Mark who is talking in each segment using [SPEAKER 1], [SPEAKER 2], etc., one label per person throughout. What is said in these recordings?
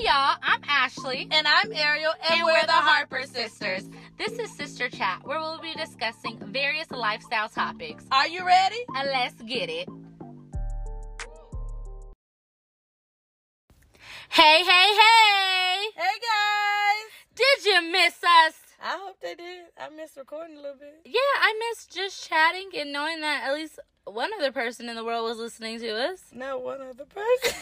[SPEAKER 1] y'all. I'm Ashley.
[SPEAKER 2] And I'm Ariel, and,
[SPEAKER 1] And
[SPEAKER 2] we're, the Harper Sisters.
[SPEAKER 1] This is Sister Chat, where we'll be discussing various lifestyle topics.
[SPEAKER 2] Are you ready?
[SPEAKER 1] Uh, let's get it. Hey, hey, hey!
[SPEAKER 2] Hey guys!
[SPEAKER 1] Did you miss us?
[SPEAKER 2] I hope they did. I missed recording a little bit.
[SPEAKER 1] Yeah, I miss just chatting and knowing that at least one other person in the world was listening to us.
[SPEAKER 2] Not one other person.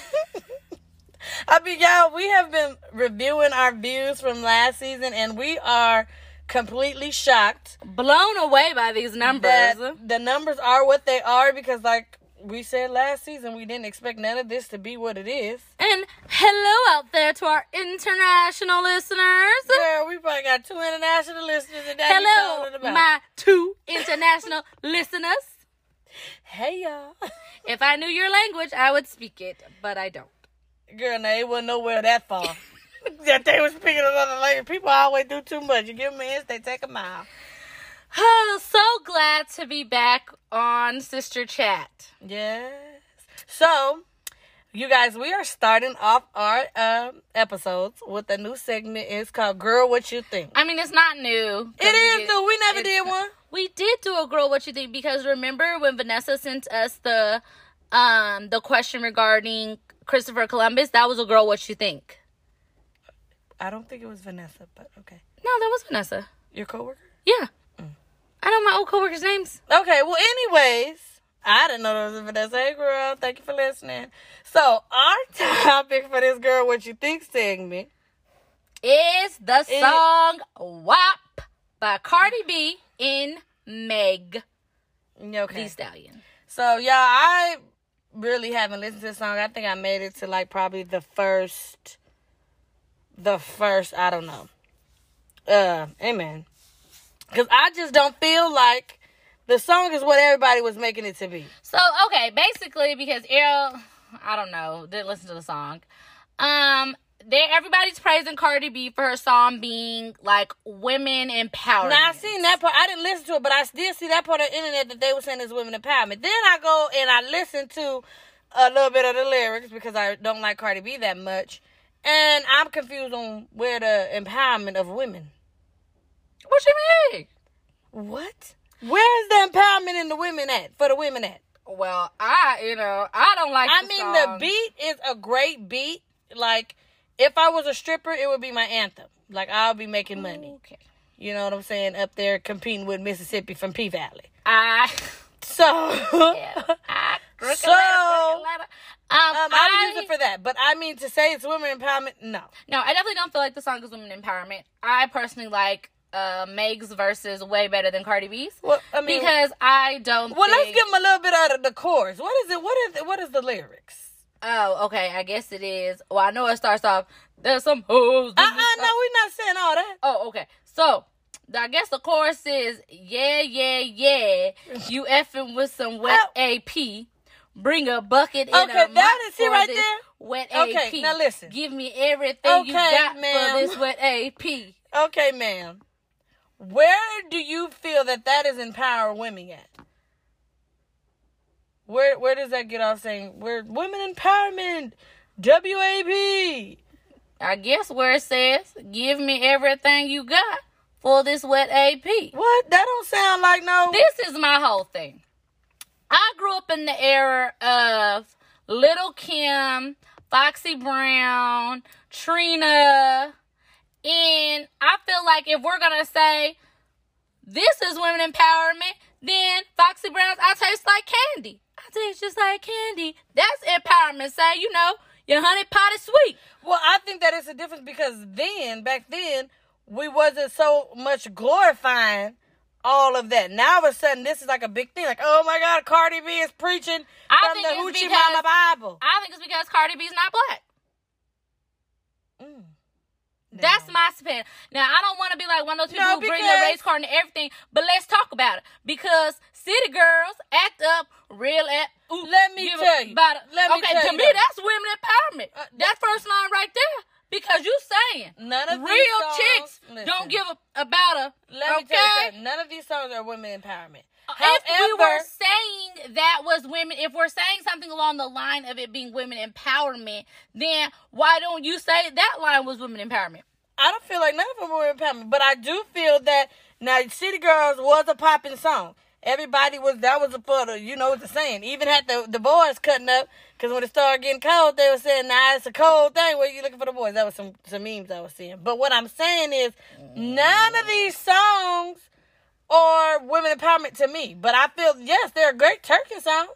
[SPEAKER 2] I mean, y'all, we have been reviewing our views from last season, and we are completely shocked
[SPEAKER 1] Blown away by these numbers.
[SPEAKER 2] that the numbers are what they are because, like we said last season, we didn't expect none of this to be what it is.
[SPEAKER 1] And hello out there to our international listeners.
[SPEAKER 2] Girl, we probably got two international listeners and that
[SPEAKER 1] Hello,
[SPEAKER 2] you about.
[SPEAKER 1] my two international listeners.
[SPEAKER 2] hey, y'all.
[SPEAKER 1] If I knew your language, I would speak it, but I don't.
[SPEAKER 2] Girl, now they wasn't nowhere that far. that they was speaking another language. People always do too much. You give them an inch, they take a mile.
[SPEAKER 1] so glad to be back on Sister Chat.
[SPEAKER 2] Yes. So, you guys, we are starting off our um, episodes with a new segment. It's called "Girl, What You Think."
[SPEAKER 1] I mean, it's not new.
[SPEAKER 2] It is new. We never
[SPEAKER 1] it's
[SPEAKER 2] did
[SPEAKER 1] not-
[SPEAKER 2] one.
[SPEAKER 1] We did do a girl what you think because remember when Vanessa sent us the um the question regarding Christopher Columbus, that was a girl what you think.
[SPEAKER 2] I don't think it was Vanessa, but okay,
[SPEAKER 1] No, that was Vanessa.
[SPEAKER 2] your coworker.
[SPEAKER 1] Yeah. I know my old coworkers' names.
[SPEAKER 2] Okay. Well, anyways, I didn't know there was a Vanessa. Hey, girl, thank you for listening. So, our topic for this "Girl, What You Think" segment
[SPEAKER 1] Is the
[SPEAKER 2] It-
[SPEAKER 1] song WAP by Cardi B in Meg
[SPEAKER 2] Okay.
[SPEAKER 1] the Stallion.
[SPEAKER 2] So y'all, I really haven't listened to this song. I think I made it to like probably the first, the first. I don't know. Uh, amen. Cause I just don't feel like the song is what everybody was making it to be.
[SPEAKER 1] So okay, basically because Errol, I don't know, didn't listen to the song. Um, they everybody's praising Cardi B for her song being like women empowerment.
[SPEAKER 2] Now I seen that part. I didn't listen to it, but I still see that part on the internet that they were saying is women empowerment. Then I go and I listen to a little bit of the lyrics because I don't like Cardi B that much, and I'm confused on where the empowerment of women.
[SPEAKER 1] what you mean?
[SPEAKER 2] What? Where's the empowerment in the women at? For the women at?
[SPEAKER 1] Well, I you know I don't like.
[SPEAKER 2] I
[SPEAKER 1] the
[SPEAKER 2] mean,
[SPEAKER 1] song.
[SPEAKER 2] the beat is a great beat. Like, if I was a stripper, it would be my anthem. Like, I'll be making money.
[SPEAKER 1] Okay.
[SPEAKER 2] You know what I'm saying? Up there competing with Mississippi from P Valley.
[SPEAKER 1] I.
[SPEAKER 2] So,
[SPEAKER 1] I
[SPEAKER 2] So-
[SPEAKER 1] so. Um,
[SPEAKER 2] um, I would use it for that. But I mean, to say it's women empowerment, no.
[SPEAKER 1] No, I definitely don't feel like the song is women empowerment. I personally like uh, Meg's verses way better than Cardi B's
[SPEAKER 2] Well, I mean,
[SPEAKER 1] because I don't.
[SPEAKER 2] well, let's
[SPEAKER 1] think...
[SPEAKER 2] give them a little bit out of the chorus. What is it? What is what is the lyrics?
[SPEAKER 1] Oh, okay. I guess it is. Well, I know it starts off. There's some hoes.
[SPEAKER 2] Uh uh no, we're not saying all that.
[SPEAKER 1] Oh, okay. So, the- I guess the chorus is yeah, yeah, yeah. You effing with some wet
[SPEAKER 2] Oh.
[SPEAKER 1] AP. Bring a bucket in
[SPEAKER 2] Okay,
[SPEAKER 1] a mop
[SPEAKER 2] that is it
[SPEAKER 1] for
[SPEAKER 2] right
[SPEAKER 1] this
[SPEAKER 2] there.
[SPEAKER 1] Wet
[SPEAKER 2] Okay,
[SPEAKER 1] AP.
[SPEAKER 2] now listen.
[SPEAKER 1] Give me everything you
[SPEAKER 2] Okay,
[SPEAKER 1] got
[SPEAKER 2] ma'am.
[SPEAKER 1] for this wet AP.
[SPEAKER 2] Okay, ma'am. Where do you feel that that is empowering women at? Where where does that get off saying we're women empowerment? WAP.
[SPEAKER 1] I guess where it says give me everything you got for this wet AP.
[SPEAKER 2] What? That don't sound like no.
[SPEAKER 1] this is my whole thing. I grew up in the era of Little Kim, Foxy Brown, Trina, and I feel like if we're gonna say this is women empowerment, then Foxy Brown's I taste like candy. I taste just like candy. That's empowerment. Say you know your honey pot is sweet.
[SPEAKER 2] Well, I think that it's a difference because then back then we wasn't so much glorifying all of that. Now all of a sudden this is like a big thing. Like oh my God, Cardi B is preaching
[SPEAKER 1] I
[SPEAKER 2] from
[SPEAKER 1] think
[SPEAKER 2] the
[SPEAKER 1] it's
[SPEAKER 2] Hoochie
[SPEAKER 1] because-
[SPEAKER 2] Mama Bible.
[SPEAKER 1] I think it's because Cardi B's not black.
[SPEAKER 2] Mm.
[SPEAKER 1] That's my spin. Now I don't want to be like one of those people
[SPEAKER 2] No,
[SPEAKER 1] who bring their
[SPEAKER 2] because-
[SPEAKER 1] race card and everything, but let's talk about it because city girls act up real at. Ooh,
[SPEAKER 2] Let me
[SPEAKER 1] give a-
[SPEAKER 2] tell you.
[SPEAKER 1] about it.
[SPEAKER 2] Let me
[SPEAKER 1] okay,
[SPEAKER 2] tell
[SPEAKER 1] to
[SPEAKER 2] you
[SPEAKER 1] me
[SPEAKER 2] though.
[SPEAKER 1] that's women empowerment.
[SPEAKER 2] Uh,
[SPEAKER 1] that first line right there, because you saying
[SPEAKER 2] None of these
[SPEAKER 1] real
[SPEAKER 2] songs-
[SPEAKER 1] chicks
[SPEAKER 2] Listen.
[SPEAKER 1] Don't give a about a
[SPEAKER 2] Let
[SPEAKER 1] okay.
[SPEAKER 2] me
[SPEAKER 1] Uh,
[SPEAKER 2] tell you something. None of these songs are women empowerment.
[SPEAKER 1] if we were
[SPEAKER 2] However-
[SPEAKER 1] saying that was women, if we're saying something along the line of it being women empowerment, then why don't you say that line was women empowerment?
[SPEAKER 2] I don't feel like none of them were empowerment, but I do feel that now City Girls was a popping song. Everybody was that was a for the you know what the saying. Even had the the boys cutting up because when it started getting cold, they were saying, "Nah, it's a cold thing. Where you looking for the boys?" That was some some memes I was seeing. But what I'm saying is, none of these songs are women empowerment to me. But I feel yes, they're a great Turkish song.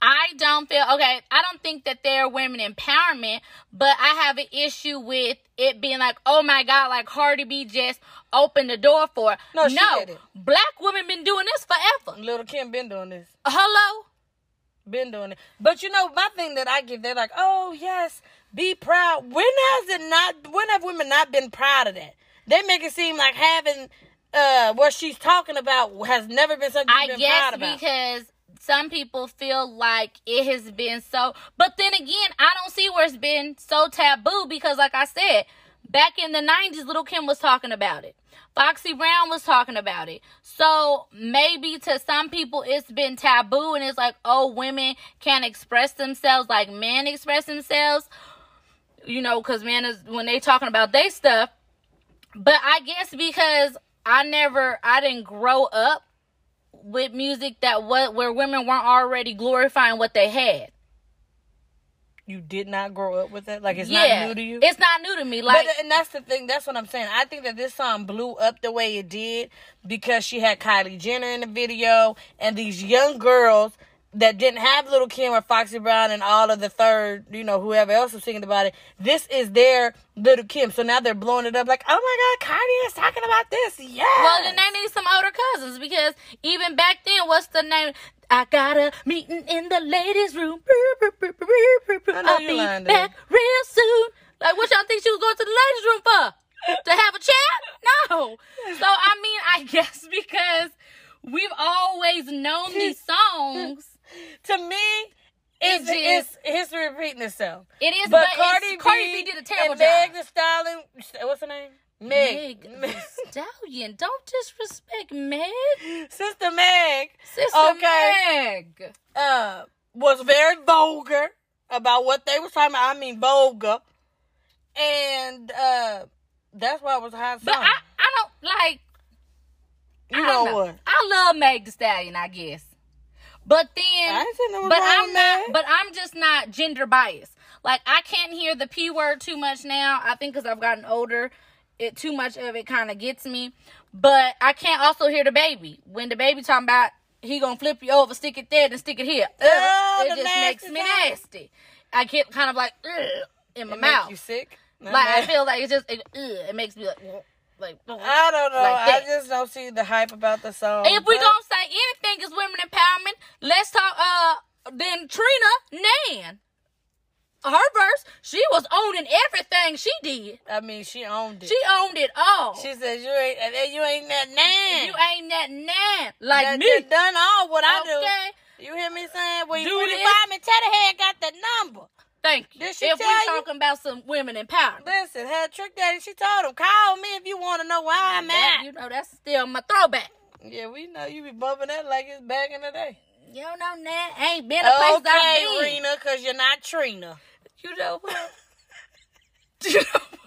[SPEAKER 1] I don't feel okay. I don't think that they're women empowerment, but I have an issue with it being like, oh my god, like Cardi B just opened the door for. it.
[SPEAKER 2] No, she did it.
[SPEAKER 1] black women been doing this forever.
[SPEAKER 2] Little Kim been doing this.
[SPEAKER 1] Hello,
[SPEAKER 2] been doing it. But you know, my thing that I give, they're like, oh yes, be proud. When has it not? When have women not been proud of that? They make it seem like having uh what she's talking about has never been something you've
[SPEAKER 1] I
[SPEAKER 2] been
[SPEAKER 1] guess
[SPEAKER 2] proud about.
[SPEAKER 1] because some people feel like it has been so. But then again, I don't see where it's been so taboo because, like I said, back in the 90s, Little Kim was talking about it. Foxy Brown was talking about it. So maybe to some people it's been taboo and it's like, oh, women can't express themselves like men express themselves. You know, because men is when they talking about they stuff. But I guess because I never, I didn't grow up with music that what where women weren't already glorifying what they had.
[SPEAKER 2] you did not grow up with it. Like it's
[SPEAKER 1] yeah,
[SPEAKER 2] not new to you.
[SPEAKER 1] it's not new to me. Like
[SPEAKER 2] but and that's the thing. That's what I'm saying. I think that this song blew up the way it did because she had Kylie Jenner in the video and these young girls that didn't have Little Kim or Foxy Brown and all of the third, you know, whoever else was singing about it. This is their Little Kim. So now they're blowing it up like, oh my God, Kylie is talking about this. Yeah.
[SPEAKER 1] well, then they need some older cousins because even back then, what's the name? I got a meeting in the ladies' room.
[SPEAKER 2] I know
[SPEAKER 1] I'll
[SPEAKER 2] you
[SPEAKER 1] be
[SPEAKER 2] lying to
[SPEAKER 1] back real soon. Like what y'all think she was going to the ladies' room for? to have a chat? No. So I mean, I guess because we've always known these songs.
[SPEAKER 2] to me,
[SPEAKER 1] It
[SPEAKER 2] it's, it's history repeating itself.
[SPEAKER 1] It is,
[SPEAKER 2] But,
[SPEAKER 1] but, Cardi,
[SPEAKER 2] Cardi, B
[SPEAKER 1] Cardi B did a terrible
[SPEAKER 2] and
[SPEAKER 1] job.
[SPEAKER 2] Meg the Stallion, what's her name?
[SPEAKER 1] Meg,
[SPEAKER 2] Meg.
[SPEAKER 1] the Stallion. Don't disrespect Meg.
[SPEAKER 2] Sister Meg.
[SPEAKER 1] Sister
[SPEAKER 2] Okay.
[SPEAKER 1] Meg.
[SPEAKER 2] uh was very vulgar about what they was talking about. I mean vulgar. And uh that's why it was a hot song.
[SPEAKER 1] But I, I don't like.
[SPEAKER 2] you
[SPEAKER 1] I don't
[SPEAKER 2] know,
[SPEAKER 1] know.
[SPEAKER 2] what?
[SPEAKER 1] I love Meg the Stallion, I guess. But then,
[SPEAKER 2] I ain't saying no
[SPEAKER 1] but
[SPEAKER 2] wrong
[SPEAKER 1] I'm
[SPEAKER 2] with
[SPEAKER 1] not.
[SPEAKER 2] Meg.
[SPEAKER 1] But I'm just not gender biased. Like I can't hear the p word too much now. I think because I've gotten older, it too much of it kind of gets me. But I can't also hear the baby when the baby talking about he gonna flip you over, stick it there, then stick it here. Ugh,
[SPEAKER 2] Oh,
[SPEAKER 1] it
[SPEAKER 2] the
[SPEAKER 1] just makes
[SPEAKER 2] nasty
[SPEAKER 1] me
[SPEAKER 2] sound.
[SPEAKER 1] nasty. I get kind of like ugh, in my
[SPEAKER 2] It make
[SPEAKER 1] mouth.
[SPEAKER 2] you sick. No,
[SPEAKER 1] like I
[SPEAKER 2] man.
[SPEAKER 1] feel like it's just it, ugh, it makes me like ugh, like. ugh.
[SPEAKER 2] I don't know.
[SPEAKER 1] like
[SPEAKER 2] I
[SPEAKER 1] that.
[SPEAKER 2] just don't see the hype about the song.
[SPEAKER 1] If we
[SPEAKER 2] but-
[SPEAKER 1] gonna say anything is women empowerment, let's talk. Uh, then Trina Nan, her verse, she was owning everything she did.
[SPEAKER 2] I mean she owned it.
[SPEAKER 1] She owned it all.
[SPEAKER 2] She says you ain't and then you ain't that nan.
[SPEAKER 1] you ain't that Nan like
[SPEAKER 2] That-
[SPEAKER 1] me.
[SPEAKER 2] that done all what I
[SPEAKER 1] Okay.
[SPEAKER 2] do. You hear me saying? Well, you
[SPEAKER 1] Do
[SPEAKER 2] when you
[SPEAKER 1] this.
[SPEAKER 2] find me, Teddy had got the number.
[SPEAKER 1] Thank you.
[SPEAKER 2] Did she
[SPEAKER 1] if
[SPEAKER 2] tell
[SPEAKER 1] we
[SPEAKER 2] you?
[SPEAKER 1] talking about some women empowerment,
[SPEAKER 2] Listen, had Trick Daddy, she told him, call me if you want to know where I'm
[SPEAKER 1] that,
[SPEAKER 2] at.
[SPEAKER 1] you know that's still my throwback.
[SPEAKER 2] Yeah, we know you be bumping that like it's back in the day.
[SPEAKER 1] You don't know Nan ain't been a place
[SPEAKER 2] Okay,
[SPEAKER 1] I've been.
[SPEAKER 2] Rena, because you're not Trina.
[SPEAKER 1] You know what? you know what?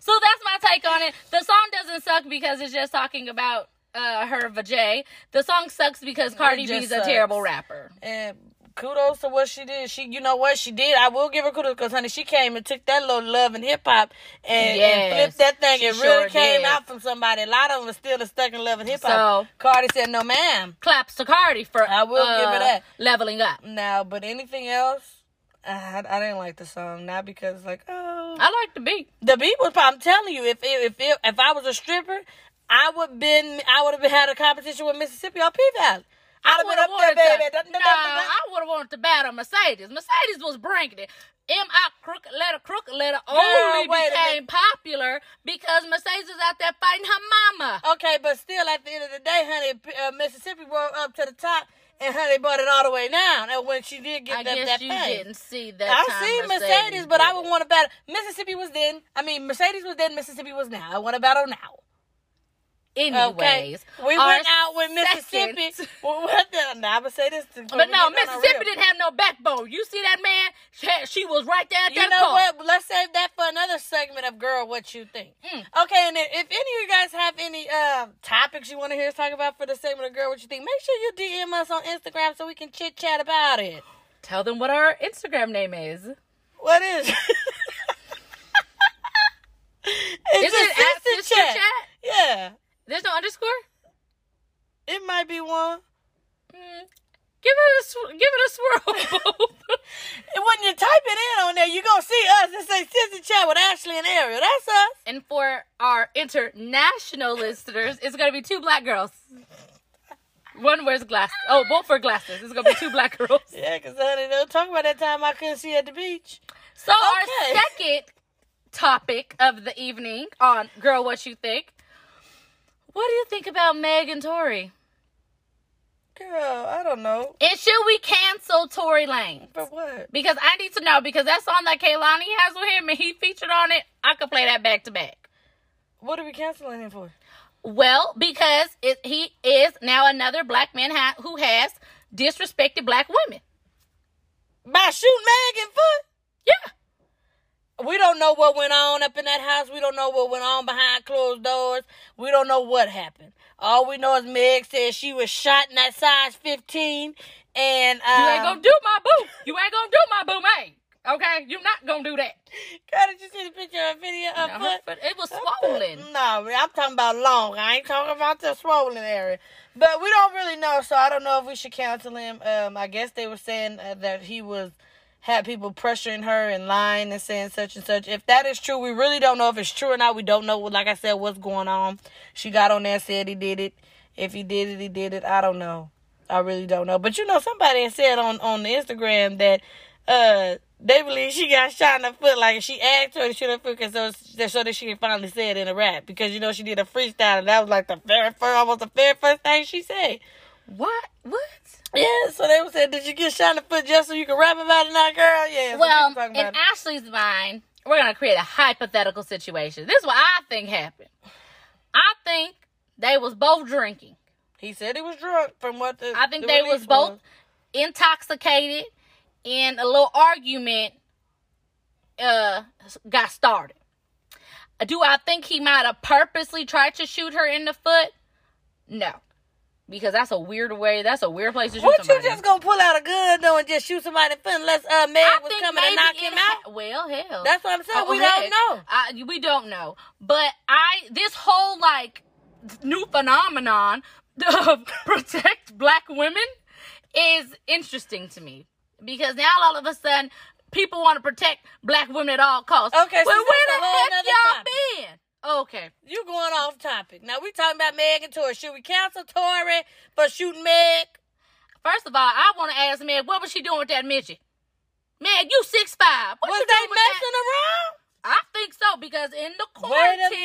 [SPEAKER 1] So that's my take on it. The song doesn't suck because it's just talking about uh, her vajay. The song sucks because Cardi
[SPEAKER 2] just
[SPEAKER 1] B's
[SPEAKER 2] sucks.
[SPEAKER 1] a terrible rapper.
[SPEAKER 2] And kudos to what she did. She, you know what she did. I will give her kudos because, honey, she came and took that little love and hip hop and, and
[SPEAKER 1] Yes,
[SPEAKER 2] flipped that thing.
[SPEAKER 1] she
[SPEAKER 2] It really
[SPEAKER 1] sure
[SPEAKER 2] came
[SPEAKER 1] did.
[SPEAKER 2] out from somebody. A lot of them are still stuck in love and hip hop.
[SPEAKER 1] So-
[SPEAKER 2] Cardi said, no, ma'am.
[SPEAKER 1] Claps to Cardi for
[SPEAKER 2] I will give her
[SPEAKER 1] uh,
[SPEAKER 2] that.
[SPEAKER 1] leveling up.
[SPEAKER 2] Now, but anything else, I, I didn't like the song. Not because, like, oh.
[SPEAKER 1] I like the beat.
[SPEAKER 2] The beat was. I'm telling you, if if if, if I was a stripper, I would been I would have had a competition with Mississippi or P Valley. I'd have been
[SPEAKER 1] Would've
[SPEAKER 2] up there,
[SPEAKER 1] wanted to-
[SPEAKER 2] baby. Dun, dun,
[SPEAKER 1] Nah,
[SPEAKER 2] dun, dun, dun.
[SPEAKER 1] I would have wanted to battle Mercedes. Mercedes was bringing it. M I crooked letter, crooked letter only
[SPEAKER 2] wait a
[SPEAKER 1] became popular because Mercedes is out there fighting her mama.
[SPEAKER 2] Okay, but still, at the end of the day, honey, P- uh, Mississippi rolled up to the top, and honey brought it all the way down. And when she did get
[SPEAKER 1] I
[SPEAKER 2] that,
[SPEAKER 1] guess
[SPEAKER 2] that
[SPEAKER 1] you
[SPEAKER 2] thing.
[SPEAKER 1] didn't see that.
[SPEAKER 2] I
[SPEAKER 1] time
[SPEAKER 2] see Mercedes, but I
[SPEAKER 1] did
[SPEAKER 2] would
[SPEAKER 1] it.
[SPEAKER 2] want to battle. Mississippi was then. I mean, Mercedes was then. Mississippi was now. I want to battle now. Okay,
[SPEAKER 1] Anyways,
[SPEAKER 2] we
[SPEAKER 1] our
[SPEAKER 2] went out with Mississippi.
[SPEAKER 1] second-
[SPEAKER 2] Well, what the? Now I'm gonna say this, to-
[SPEAKER 1] But
[SPEAKER 2] we
[SPEAKER 1] no,
[SPEAKER 2] getting on our
[SPEAKER 1] Mississippi
[SPEAKER 2] reel.
[SPEAKER 1] didn't have no backbone. You see that man? She, she was right there at
[SPEAKER 2] You
[SPEAKER 1] that
[SPEAKER 2] know
[SPEAKER 1] car.
[SPEAKER 2] what? Let's save that for another segment of Girl What You Think.
[SPEAKER 1] Mm.
[SPEAKER 2] Okay, and then if any of you guys have any uh, topics you want to hear us talk about for the segment of Girl What You Think, make sure you DM us on Instagram so we can chit chat about it.
[SPEAKER 1] Tell them what our Instagram name is. Is
[SPEAKER 2] What is it? it's
[SPEAKER 1] it at
[SPEAKER 2] a
[SPEAKER 1] Sister
[SPEAKER 2] sister
[SPEAKER 1] Chat?
[SPEAKER 2] chat. Yeah,
[SPEAKER 1] There's no underscore.
[SPEAKER 2] it might be one.
[SPEAKER 1] Mm. Give it a sw- give it a swirl. boo.
[SPEAKER 2] And when you type it in on there, you gonna see us. It say sister chat with Ashley and Ariel. That's us.
[SPEAKER 1] and for our international listeners, it's gonna be two black girls. One wears glasses. Oh, both wear glasses. It's gonna be two black girls.
[SPEAKER 2] Yeah, cause honey, don't talk about that time I couldn't see you at the beach.
[SPEAKER 1] So
[SPEAKER 2] Okay.
[SPEAKER 1] our second topic of the evening on Girl What You Think. What do you think about Meg and Tori?
[SPEAKER 2] Girl, I don't know.
[SPEAKER 1] And should we cancel Tory Lane?
[SPEAKER 2] For what?
[SPEAKER 1] Because I need to know because that song that Kaylani has with him and he featured on it, I could play that back to back.
[SPEAKER 2] What are we canceling him for?
[SPEAKER 1] Well, because it, he is now another black man ha- who has disrespected black women.
[SPEAKER 2] By shooting Meg in foot?
[SPEAKER 1] Yeah.
[SPEAKER 2] We don't know what went on up in that house. We don't know what went on behind closed doors. We don't know what happened. All we know is Meg said she was shot in that size 15. And,
[SPEAKER 1] You ain't
[SPEAKER 2] uh,
[SPEAKER 1] gonna do my boo. You ain't gonna do my boomerang. Okay? You're not gonna do that.
[SPEAKER 2] God, did you see the picture of video of
[SPEAKER 1] Now, her
[SPEAKER 2] foot?
[SPEAKER 1] foot- it was swollen.
[SPEAKER 2] No, I'm talking about long. I ain't talking about the swollen area. But we don't really know, so I don't know if we should counsel him. Um, I guess they were saying uh, that he was had people pressuring her and lying and saying such and such. If that is true, we really don't know if it's true or not. We don't know. Like I said, what's going on? She got on there, said he did it. If he did it, he did it. I don't know. I really don't know. But you know, somebody had said on on the Instagram that uh they believe she got shot in the foot. Like she asked her to shoot her foot, cause so so that she can finally say it in a rap. Because you know she did a freestyle, and that was like the very first, almost the very first thing she said.
[SPEAKER 1] What? What?
[SPEAKER 2] Yeah. So they said, "Did you get shot in the foot just so you can rap about it now, girl?" Yeah. so
[SPEAKER 1] Well,
[SPEAKER 2] people talking
[SPEAKER 1] in
[SPEAKER 2] about it.
[SPEAKER 1] Ashley's mind, we're gonna create a hypothetical situation. This is what I think happened. I think they was both drinking.
[SPEAKER 2] he said he was drunk from what the
[SPEAKER 1] I think
[SPEAKER 2] the
[SPEAKER 1] they
[SPEAKER 2] release
[SPEAKER 1] was both intoxicated, and a little argument uh got started. Do I think he might have purposely tried to shoot her in the foot? No, because that's a weird way. That's a weird place to shoot
[SPEAKER 2] What
[SPEAKER 1] somebody.
[SPEAKER 2] you just gonna pull out a gun though and just shoot somebody in the foot unless uh Meg
[SPEAKER 1] I
[SPEAKER 2] was
[SPEAKER 1] think
[SPEAKER 2] coming
[SPEAKER 1] maybe
[SPEAKER 2] to knock
[SPEAKER 1] it
[SPEAKER 2] him out?
[SPEAKER 1] ha- Oh, Well, hell,
[SPEAKER 2] That's what I'm saying. Oh, we don't know.
[SPEAKER 1] I, we don't know. But I, this whole like new phenomenon of protect black women is interesting to me because now all of a sudden people want to protect black women at all costs.
[SPEAKER 2] Okay, so
[SPEAKER 1] well,
[SPEAKER 2] that's
[SPEAKER 1] where
[SPEAKER 2] a
[SPEAKER 1] the
[SPEAKER 2] whole
[SPEAKER 1] heck
[SPEAKER 2] nother
[SPEAKER 1] y'all
[SPEAKER 2] topic.
[SPEAKER 1] been? Okay,
[SPEAKER 2] You going off topic. Now we talking about Meg and Tori. Should we cancel Tori for shooting Meg?
[SPEAKER 1] first of all, I want to ask Meg, what was she doing with that midget? Meg, you six five. What
[SPEAKER 2] Was
[SPEAKER 1] you
[SPEAKER 2] they
[SPEAKER 1] doing with that?
[SPEAKER 2] messing around?
[SPEAKER 1] I think so because in the
[SPEAKER 2] Wait
[SPEAKER 1] quarantine,
[SPEAKER 2] a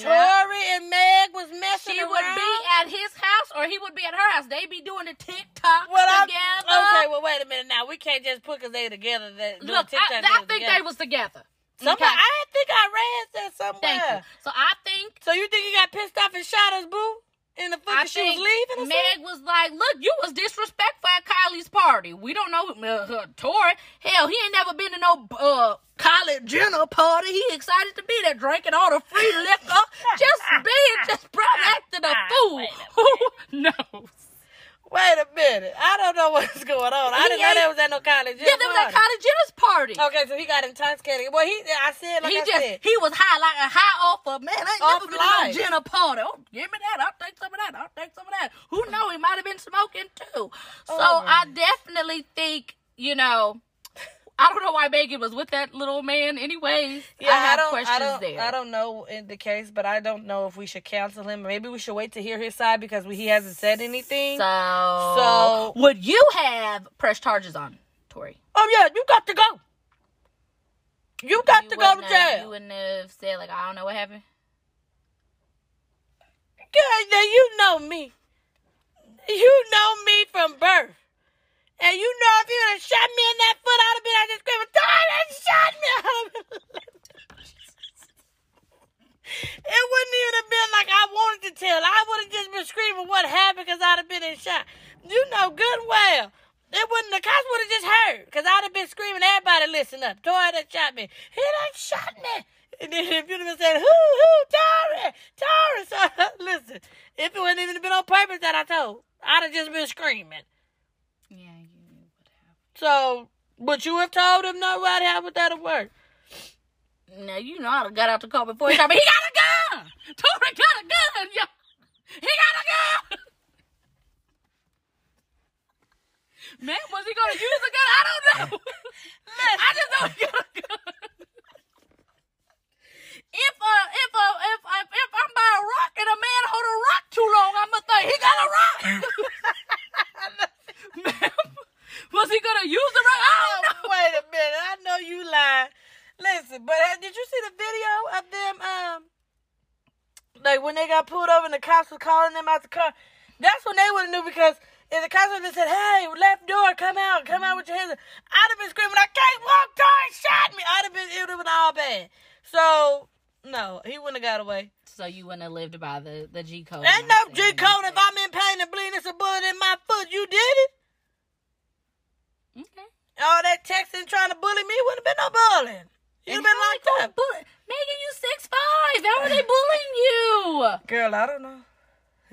[SPEAKER 1] Yeah.
[SPEAKER 2] Tori and Meg was messing
[SPEAKER 1] she
[SPEAKER 2] around.
[SPEAKER 1] would be at his house or he would be at her house. They be doing the TikTok
[SPEAKER 2] well, I'm,
[SPEAKER 1] together.
[SPEAKER 2] okay. Well, wait a minute. Now we can't just put because they together. That doing
[SPEAKER 1] Look,
[SPEAKER 2] TikTok
[SPEAKER 1] I, I
[SPEAKER 2] they was
[SPEAKER 1] think
[SPEAKER 2] together.
[SPEAKER 1] they was together.
[SPEAKER 2] Somebody,
[SPEAKER 1] Okay?
[SPEAKER 2] I think I read that somewhere.
[SPEAKER 1] Thank you. So I think
[SPEAKER 2] So you think he got pissed off and shot us, boo? In the
[SPEAKER 1] I
[SPEAKER 2] fucking she was
[SPEAKER 1] think
[SPEAKER 2] leaving or something?
[SPEAKER 1] Meg was like, "Look, you was disrespectful at Kylie's party. We don't know uh, her Tori. Hell, he ain't never been to no uh, Kylie Jenner party. He excited to be there, drinking all the free liquor, just being, just probably acting
[SPEAKER 2] Ah,
[SPEAKER 1] a fool. Who knows?
[SPEAKER 2] Wait a minute. I don't know what's going on. I
[SPEAKER 1] He
[SPEAKER 2] didn't know that
[SPEAKER 1] ain't-
[SPEAKER 2] was at no college.
[SPEAKER 1] Yeah, they was at Kylie Jenner's party.
[SPEAKER 2] Okay, so he got intoxicated. Well, he I said like
[SPEAKER 1] he
[SPEAKER 2] I
[SPEAKER 1] just
[SPEAKER 2] said.
[SPEAKER 1] he was high like a high off of man. I ain't
[SPEAKER 2] Off
[SPEAKER 1] never been to no
[SPEAKER 2] life.
[SPEAKER 1] Jenna party. Oh, give me that. I'll take some of that. I'll take some of that. Who know? He might have been smoking too. So
[SPEAKER 2] Mm. Oh.
[SPEAKER 1] I definitely think you know. I don't know why Megan was with that little man. Anyways, I have questions
[SPEAKER 2] I don't,
[SPEAKER 1] there.
[SPEAKER 2] I don't know in the case, but I don't know if we should counsel him. Maybe we should wait to hear his side because we, he hasn't said anything.
[SPEAKER 1] So,
[SPEAKER 2] So-
[SPEAKER 1] would you have press charges on Tori?
[SPEAKER 2] oh yeah, you got to go. You got to go to
[SPEAKER 1] wouldn't have- You
[SPEAKER 2] jail.
[SPEAKER 1] wouldn't have said like I don't know what happened.
[SPEAKER 2] Yeah, now you know me. You know me from birth. And you know if you would have shot me in that foot, I'd have been out there screaming, Darn, shot me. I'd have been- it wouldn't even have been like I wanted to tell. I would have just been screaming what happened because I'd have been in shock. You know good and well. It wouldn't, the cops would have just heard because I'd have been screaming, everybody listen up. Tori done shot me. He done shot me. And then if you'd have been saying, who, who, Tori, Tori. So, listen, if it wouldn't even have been on purpose that I told, I'd have just been screaming.
[SPEAKER 1] Yeah, you knew what happened.
[SPEAKER 2] So, but you have told him no, right? How would that have worked?
[SPEAKER 1] Now you know I'd have got out the car before he shot me. He got a gun. Tori got a gun. Yo. He got a gun. Man, was he gonna use a gun? I don't know. I just know he got a gun. If a if a if I, if I'm by a rock and a man hold a rock too long, I'ma think he got a rock. Ma'am, was he gonna use the rock? I don't know.
[SPEAKER 2] Oh, wait a minute. I know you lying. Listen, but uh, did you see the video of them? Um, like when they got pulled over and the cops was calling them out the car. That's when they would have knew because if the cops would have said, "Hey, left door, come out, come out with your hands," up," I'd have been screaming, "I can't walk, Tori shot me!" I'd have been, it would have been all bad. So no, he wouldn't have got away.
[SPEAKER 1] So you wouldn't have lived by the, the G code.
[SPEAKER 2] Ain't no
[SPEAKER 1] mindset.
[SPEAKER 2] G code if I'm in pain and bleeding, it's a bullet in my foot. You did it.
[SPEAKER 1] Okay.
[SPEAKER 2] All that texting trying to bully me wouldn't have been no bullying. You'd have
[SPEAKER 1] And how
[SPEAKER 2] been
[SPEAKER 1] they
[SPEAKER 2] locked
[SPEAKER 1] gonna
[SPEAKER 2] up.
[SPEAKER 1] Bull- Megan, you six five. How are they bullying you?
[SPEAKER 2] Girl, I don't know.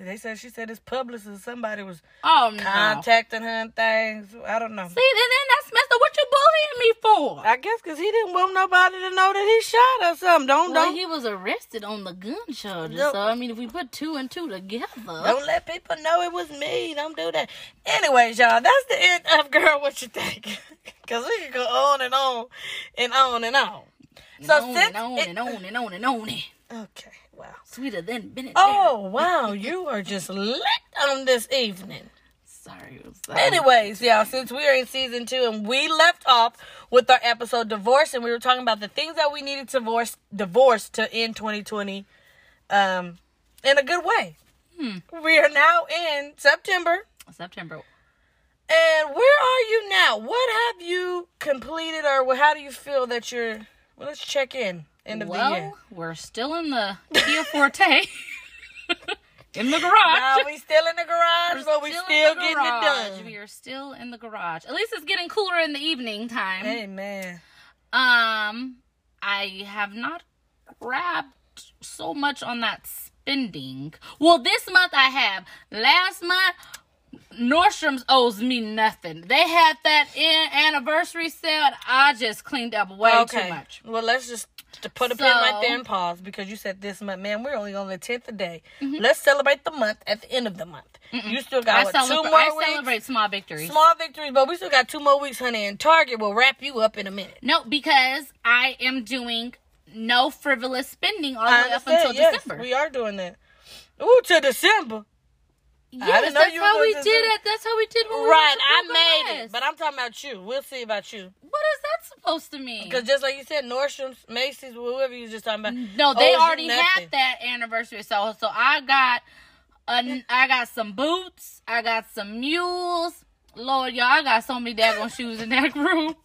[SPEAKER 2] They said she said this publicist, somebody was
[SPEAKER 1] Oh no.
[SPEAKER 2] contacting her and things. I don't know.
[SPEAKER 1] See, then, then that's messed up. What you bullying me for?
[SPEAKER 2] I guess because he didn't want nobody to know that he shot or something. Don't
[SPEAKER 1] Well,
[SPEAKER 2] don't
[SPEAKER 1] he was arrested on the gun charges.
[SPEAKER 2] Don't-
[SPEAKER 1] So I mean, if we put two and two together,
[SPEAKER 2] don't let people know it was me. Don't do that. Anyways, y'all, that's the end of girl. What you think? Because we could go on and on and on and on. So
[SPEAKER 1] on
[SPEAKER 2] since
[SPEAKER 1] and on
[SPEAKER 2] it-
[SPEAKER 1] and on and on and on, and
[SPEAKER 2] okay, wow.
[SPEAKER 1] sweeter than Benedict.
[SPEAKER 2] Oh wow, you are just lit on this evening.
[SPEAKER 1] sorry. uh, sorry.
[SPEAKER 2] Anyways, y'all, since we are in season two and we left off with our episode divorce, and we were talking about the things that we needed to divorce divorce to end 2020, um, in a good way.
[SPEAKER 1] Hmm.
[SPEAKER 2] We are now in September,
[SPEAKER 1] September.
[SPEAKER 2] and where are you now? What have you completed, or how do you feel that you're? Well, let's check in end of the year.
[SPEAKER 1] Well, we're still in the Kia Forte in the garage.
[SPEAKER 2] Now we still in the garage, but we
[SPEAKER 1] in
[SPEAKER 2] still,
[SPEAKER 1] the
[SPEAKER 2] getting
[SPEAKER 1] garage.
[SPEAKER 2] it done.
[SPEAKER 1] We are still in the garage. At least it's getting cooler in the evening time.
[SPEAKER 2] Amen.
[SPEAKER 1] Um, I have not grabbed so much on that spending. Well, this month I have. Last month, Nordstrom's owes me nothing. They had that in anniversary sale, and I just cleaned up way too much.
[SPEAKER 2] Well, let's just to put a pin right there
[SPEAKER 1] So-
[SPEAKER 2] and pause because you said this month, man. We're only on the tenth of day. Let's celebrate the month at the end of the month. You still got
[SPEAKER 1] Mm-hmm. I,
[SPEAKER 2] what, two
[SPEAKER 1] celebra-
[SPEAKER 2] more
[SPEAKER 1] I
[SPEAKER 2] weeks.
[SPEAKER 1] celebrate small victories.
[SPEAKER 2] Small victories, but we still got two more weeks, honey. And Target will wrap you up in a minute.
[SPEAKER 1] no, because I am doing no frivolous spending all
[SPEAKER 2] I
[SPEAKER 1] the way up
[SPEAKER 2] understand.
[SPEAKER 1] until
[SPEAKER 2] yes,
[SPEAKER 1] December.
[SPEAKER 2] we are doing that. Ooh, to December.
[SPEAKER 1] Yes,
[SPEAKER 2] didn't know
[SPEAKER 1] that's
[SPEAKER 2] you
[SPEAKER 1] how
[SPEAKER 2] was
[SPEAKER 1] we
[SPEAKER 2] gonna
[SPEAKER 1] did
[SPEAKER 2] do that.
[SPEAKER 1] it. That's how we did when we
[SPEAKER 2] right,
[SPEAKER 1] went to
[SPEAKER 2] I made
[SPEAKER 1] Bucharest.
[SPEAKER 2] it, but I'm talking about you. We'll see about you.
[SPEAKER 1] what is that supposed to mean?
[SPEAKER 2] Because just like you said, Nordstrom's, Macy's, whoever you was just talking about.
[SPEAKER 1] No, they
[SPEAKER 2] owes you
[SPEAKER 1] already
[SPEAKER 2] Oh, nothing.
[SPEAKER 1] had that anniversary sale. So I got, a, I got some boots. I got some mules. Lord, y'all, I got so many daggone shoes in that room.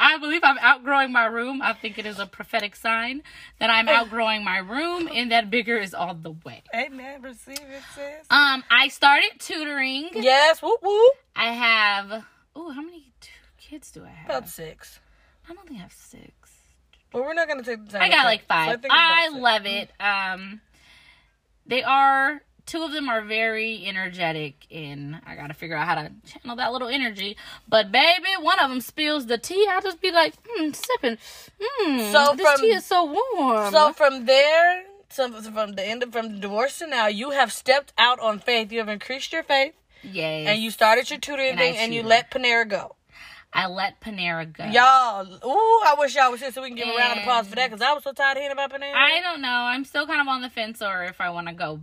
[SPEAKER 1] I believe I'm outgrowing my room. I think it is a prophetic sign that
[SPEAKER 2] Oh.
[SPEAKER 1] I'm outgrowing my room and that bigger is on the way.
[SPEAKER 2] Amen. Receive it, sis.
[SPEAKER 1] Um, I started tutoring.
[SPEAKER 2] Yes, whoop whoop.
[SPEAKER 1] I have, oh, how many t- kids do I
[SPEAKER 2] About
[SPEAKER 1] have?
[SPEAKER 2] six.
[SPEAKER 1] I don't think I have six.
[SPEAKER 2] But we're not gonna take the time.
[SPEAKER 1] I
[SPEAKER 2] to
[SPEAKER 1] got
[SPEAKER 2] count.
[SPEAKER 1] like
[SPEAKER 2] So
[SPEAKER 1] five.
[SPEAKER 2] think it's
[SPEAKER 1] I
[SPEAKER 2] about six.
[SPEAKER 1] love it. Um, they are two of them are very energetic, and I gotta figure out how to channel that little energy. But baby, one of them spills the tea. I'll just be like, hmm, sipping. Hmm.
[SPEAKER 2] So
[SPEAKER 1] So this
[SPEAKER 2] from-
[SPEAKER 1] tea is so warm.
[SPEAKER 2] So from there, so from the end of from the divorce to now, you have stepped out on faith. You have increased your faith,
[SPEAKER 1] yes,
[SPEAKER 2] and you started your tutoring
[SPEAKER 1] And I
[SPEAKER 2] thing, and you
[SPEAKER 1] tutor.
[SPEAKER 2] let Panera go.
[SPEAKER 1] I let Panera go.
[SPEAKER 2] Y'all, ooh, I wish y'all was here so we can give a round of applause for that because I was so tired of hearing about Panera.
[SPEAKER 1] I don't know. I'm still kind of on the fence, or if I want to go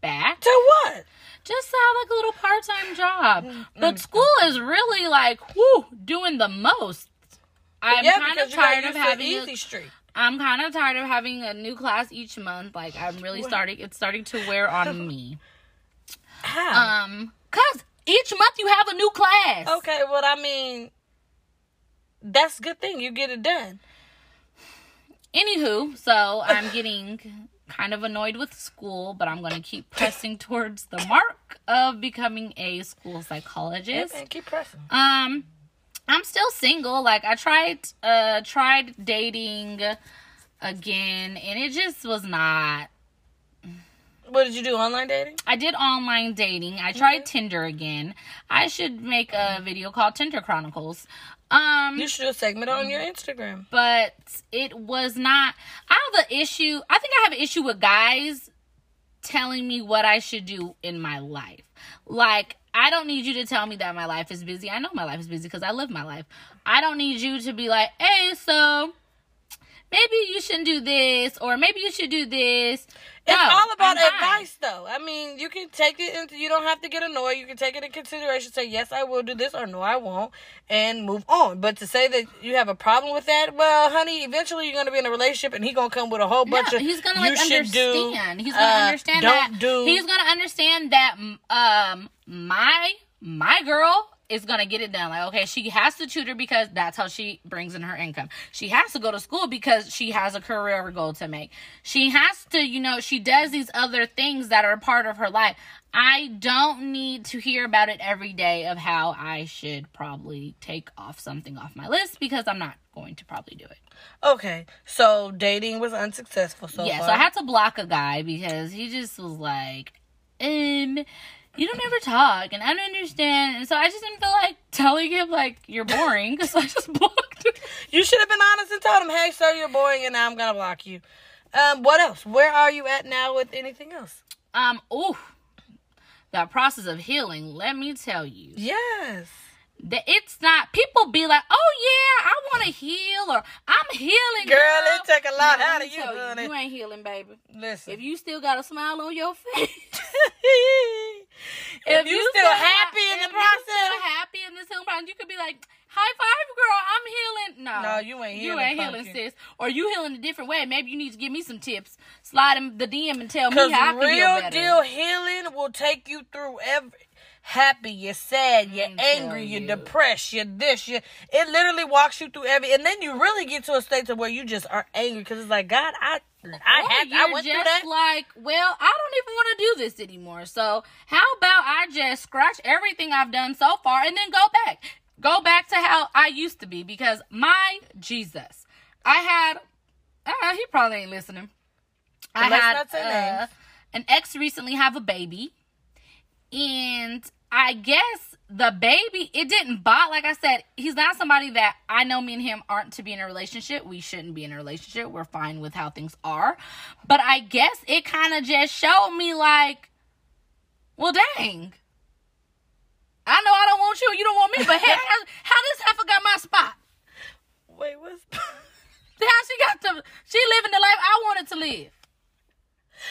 [SPEAKER 1] back.
[SPEAKER 2] to what?
[SPEAKER 1] just to have like a little part-time
[SPEAKER 2] Mm,
[SPEAKER 1] job. But school is really like whoo doing the most. I'm
[SPEAKER 2] yeah,
[SPEAKER 1] kind of
[SPEAKER 2] because you got
[SPEAKER 1] tired
[SPEAKER 2] used
[SPEAKER 1] of
[SPEAKER 2] to
[SPEAKER 1] having.
[SPEAKER 2] easy
[SPEAKER 1] A,
[SPEAKER 2] street.
[SPEAKER 1] I'm kind of tired of having a new class each month. Like I'm really starting. It's starting to wear on me.
[SPEAKER 2] How?
[SPEAKER 1] Um, cause each month you have a new class.
[SPEAKER 2] okay, well, I mean, that's a good thing. You get it done.
[SPEAKER 1] Anywho, so I'm getting kind of annoyed with school, but I'm going to keep pressing towards the mark of becoming a school psychologist.
[SPEAKER 2] And keep pressing.
[SPEAKER 1] Um, I'm still single. Like I tried, uh, tried dating again, and it just was not.
[SPEAKER 2] What did you do? Online dating?
[SPEAKER 1] I did online dating. I tried Tinder again. I should make a video called Tinder Chronicles. Um,
[SPEAKER 2] You should do a segment on your Instagram.
[SPEAKER 1] but it was not. I have an issue. I think I have an issue with guys telling me what I should do in my life. Like, I don't need you to tell me that my life is busy. I know my life is busy because I live my life. I don't need you to be like, hey, so maybe you shouldn't do this or maybe you should do this.
[SPEAKER 2] It's
[SPEAKER 1] No,
[SPEAKER 2] all about
[SPEAKER 1] I'm not.
[SPEAKER 2] advice, though. I mean, you can take it into, you don't have to get annoyed. You can take it in consideration, say, yes, I will do this, or no, I won't, and move on. But to say that you have a problem with that, well, honey, eventually you're going to be in a relationship and he going to come with a whole bunch
[SPEAKER 1] No,
[SPEAKER 2] of,
[SPEAKER 1] he's gonna
[SPEAKER 2] you
[SPEAKER 1] like
[SPEAKER 2] should
[SPEAKER 1] understand.
[SPEAKER 2] do,
[SPEAKER 1] he's gonna
[SPEAKER 2] uh,
[SPEAKER 1] understand
[SPEAKER 2] don't
[SPEAKER 1] that.
[SPEAKER 2] do.
[SPEAKER 1] He's gonna understand that um my my girl is gonna get it done. Like okay, she has to tutor because that's how she brings in her income. She has to go to school because she has a career goal to make. She has to, you know, she does these other things that are part of her life. I don't need to hear about it every day of how I should probably take off something off my list because I'm not going to probably do it.
[SPEAKER 2] Okay, so dating was unsuccessful so
[SPEAKER 1] yeah,
[SPEAKER 2] far.
[SPEAKER 1] so I had to block a guy because he just was like, um, you don't ever talk, and I don't understand. And so I just didn't feel like telling him like you're boring, so I just blocked. him.
[SPEAKER 2] you should have been honest and told him, hey, sir, you're boring, and I'm going to block you. Um, what else? Where are you at now with anything else?
[SPEAKER 1] Um, ooh, that process of healing. Let me tell you,
[SPEAKER 2] Yes.
[SPEAKER 1] that it's not. People be like, oh yeah, I want to heal, or I'm healing,
[SPEAKER 2] Girl,
[SPEAKER 1] girl.
[SPEAKER 2] it take a
[SPEAKER 1] No,
[SPEAKER 2] lot
[SPEAKER 1] let
[SPEAKER 2] out
[SPEAKER 1] me
[SPEAKER 2] of you,
[SPEAKER 1] tell
[SPEAKER 2] honey.
[SPEAKER 1] You ain't healing, baby.
[SPEAKER 2] Listen.
[SPEAKER 1] If you still got a smile on your face.
[SPEAKER 2] if,
[SPEAKER 1] if
[SPEAKER 2] you,
[SPEAKER 1] you
[SPEAKER 2] still happy in
[SPEAKER 1] if
[SPEAKER 2] the
[SPEAKER 1] you still
[SPEAKER 2] process,
[SPEAKER 1] happy in this healing process, you could be like, "High five, girl! I'm healing." No,
[SPEAKER 2] No, you ain't
[SPEAKER 1] You
[SPEAKER 2] healing,
[SPEAKER 1] ain't healing,
[SPEAKER 2] pumpkin.
[SPEAKER 1] sis. Or you healing a different way. Maybe you need to give me some tips. Slide in the DM and tell
[SPEAKER 2] because
[SPEAKER 1] me how I can heal
[SPEAKER 2] real
[SPEAKER 1] better.
[SPEAKER 2] deal healing will take you through every happy, you're sad, you're
[SPEAKER 1] I'm
[SPEAKER 2] angry,
[SPEAKER 1] telling
[SPEAKER 2] you're
[SPEAKER 1] you.
[SPEAKER 2] depressed, you're this, you it literally walks you through every, and then you really get to a state to where you just are angry because it's like God, I, I
[SPEAKER 1] Or
[SPEAKER 2] had,
[SPEAKER 1] you're
[SPEAKER 2] I went through
[SPEAKER 1] just
[SPEAKER 2] that.
[SPEAKER 1] like, well, I don't even want to do this anymore. So how about I just scratch everything I've done so far and then go back, go back to how I used to be? Because my Jesus, I had, uh, he probably ain't listening. I
[SPEAKER 2] Let's
[SPEAKER 1] had
[SPEAKER 2] not say
[SPEAKER 1] uh,
[SPEAKER 2] names.
[SPEAKER 1] an ex recently have a baby, and I guess the baby it didn't bot. Like I said, he's not somebody that I know. Me and him aren't to be in a relationship. We shouldn't be in a relationship. We're fine with how things are, but I guess it kind of just showed me like, well, dang. I know I don't want you, you don't want me, but hey, how, how this heifer got my spot?
[SPEAKER 2] Wait, what's?
[SPEAKER 1] How she got to? She living the life I wanted to live.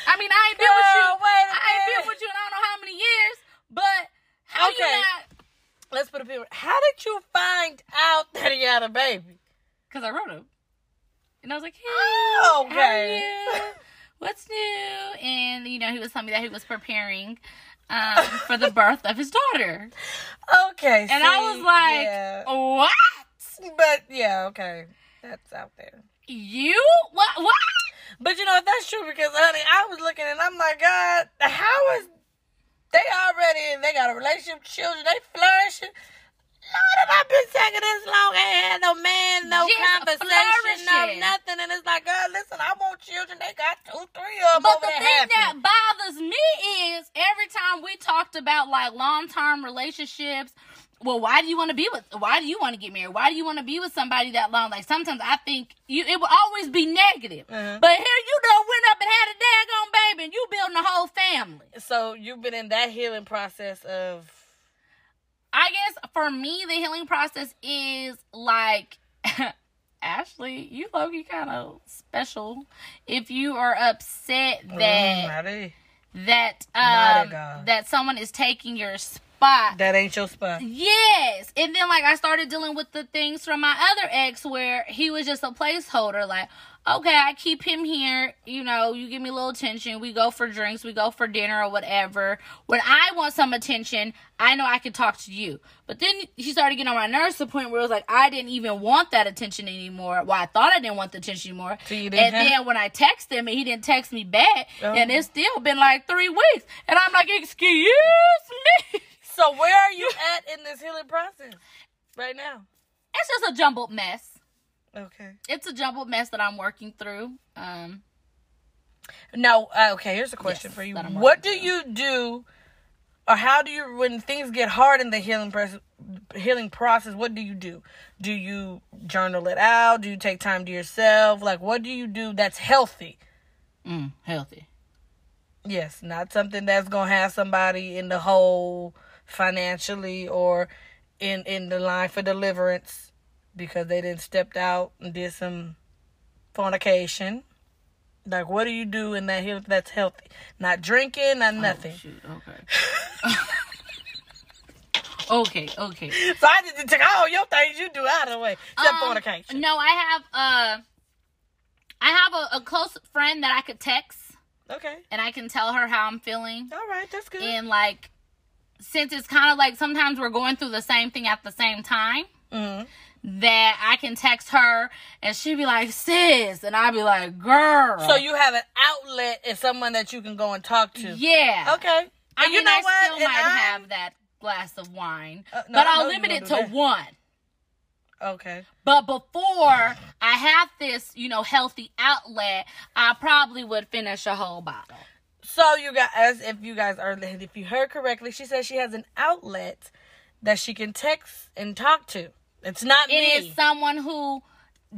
[SPEAKER 1] I mean, I ain't been with you.
[SPEAKER 2] Girl, wait a
[SPEAKER 1] I ain't been
[SPEAKER 2] minute.
[SPEAKER 1] with you in I don't know how many years. But how
[SPEAKER 2] Okay.
[SPEAKER 1] you not?
[SPEAKER 2] Let's put a paper. How did you find out that he had a baby?
[SPEAKER 1] Because I wrote him, and I was like, hey,
[SPEAKER 2] Oh,
[SPEAKER 1] how are
[SPEAKER 2] okay.
[SPEAKER 1] you? What's new? And you know, he was telling me that he was preparing um, for the birth of his daughter,
[SPEAKER 2] Okay,
[SPEAKER 1] and I was like, what?
[SPEAKER 2] but yeah, okay, that's out there.
[SPEAKER 1] You what? What?
[SPEAKER 2] But you know that's true because honey, I was looking and I'm like, God, how is they already they got a relationship, children, they flourishing. Lord, have I been taking this long? I ain't had no man, no
[SPEAKER 1] Just
[SPEAKER 2] conversation, no
[SPEAKER 1] flourishing.
[SPEAKER 2] nothing. And it's like, God, listen, I want children. They got two, three of them
[SPEAKER 1] But
[SPEAKER 2] over
[SPEAKER 1] the
[SPEAKER 2] there
[SPEAKER 1] thing
[SPEAKER 2] happy.
[SPEAKER 1] that bothers me is every time we talked about like long term relationships. Well, why do you want to be with? Why do you want to get married? Why do you want to be with somebody that long? Like sometimes I think you it will always be negative.
[SPEAKER 2] Mhm.
[SPEAKER 1] But here you done went up and had a daggone baby, and you building a whole family.
[SPEAKER 2] so you've been in that healing process of
[SPEAKER 1] I guess for me, the healing process is like, Ashley, you Loki kind of special. If you are upset that
[SPEAKER 2] Mm, honey.
[SPEAKER 1] that
[SPEAKER 2] Mighty
[SPEAKER 1] um,
[SPEAKER 2] God.
[SPEAKER 1] that someone is taking your spot.
[SPEAKER 2] That ain't your spot.
[SPEAKER 1] Yes. And then like I started dealing with the things from my other ex where he was just a placeholder like okay, I keep him here, you know, you give me a little attention, we go for drinks, we go for dinner or whatever. When I want some attention, I know I can talk to you. But then he started getting on my nerves to the point where it was like I didn't even want that attention anymore. Well, I thought I didn't want the attention anymore.
[SPEAKER 2] So you didn't
[SPEAKER 1] and
[SPEAKER 2] have-
[SPEAKER 1] then when I text him and he didn't text me back,
[SPEAKER 2] Oh.
[SPEAKER 1] and it's still been like 3 weeks. And I'm like, "Excuse me."
[SPEAKER 2] So where are you at in this healing process right now?
[SPEAKER 1] It's just a jumbled mess.
[SPEAKER 2] Okay.
[SPEAKER 1] it's a jumbled mess that I'm working through. Um,
[SPEAKER 2] Now, uh, okay, here's a question
[SPEAKER 1] Yes,
[SPEAKER 2] for you.
[SPEAKER 1] that I'm
[SPEAKER 2] What do
[SPEAKER 1] working
[SPEAKER 2] you do, or how do you, when things get hard in the healing process, healing process, what do you do? Do you journal it out? Do you take time to yourself? Like, what do you do that's healthy?
[SPEAKER 1] mm, healthy.
[SPEAKER 2] Yes, not something that's gonna have somebody in the hole financially or in in the line for deliverance because they didn't stepped out and did some fornication. Like, what do you do in that heal- that's healthy? Not drinking, not
[SPEAKER 1] Oh,
[SPEAKER 2] nothing.
[SPEAKER 1] Shoot, okay. okay, okay.
[SPEAKER 2] so I just took all your things you do out of the way,
[SPEAKER 1] Um,
[SPEAKER 2] except fornication.
[SPEAKER 1] No, I have uh, I have a, a close friend that I could text
[SPEAKER 2] Okay,
[SPEAKER 1] and I can tell her how I'm feeling.
[SPEAKER 2] all right, that's good.
[SPEAKER 1] And like, since it's kind of like sometimes we're going through the same thing at the same time.
[SPEAKER 2] Mhm.
[SPEAKER 1] Uh, That I can text her and she'd be like, sis. And I'd be like, girl.
[SPEAKER 2] So you have an outlet and someone that you can go and talk to.
[SPEAKER 1] yeah.
[SPEAKER 2] Okay,
[SPEAKER 1] I
[SPEAKER 2] And
[SPEAKER 1] mean, I still
[SPEAKER 2] And
[SPEAKER 1] might
[SPEAKER 2] I'm-
[SPEAKER 1] have that glass of wine,
[SPEAKER 2] Uh, no,
[SPEAKER 1] but
[SPEAKER 2] I
[SPEAKER 1] I'll
[SPEAKER 2] know you
[SPEAKER 1] limit
[SPEAKER 2] gonna
[SPEAKER 1] it
[SPEAKER 2] do
[SPEAKER 1] to
[SPEAKER 2] that.
[SPEAKER 1] one.
[SPEAKER 2] Okay.
[SPEAKER 1] But before I have this, you know, healthy outlet, I probably would finish a whole bottle.
[SPEAKER 2] So you got as if you guys are if you heard correctly, she says she has an outlet that she can text and talk to. It's not
[SPEAKER 1] It is
[SPEAKER 2] me.
[SPEAKER 1] someone who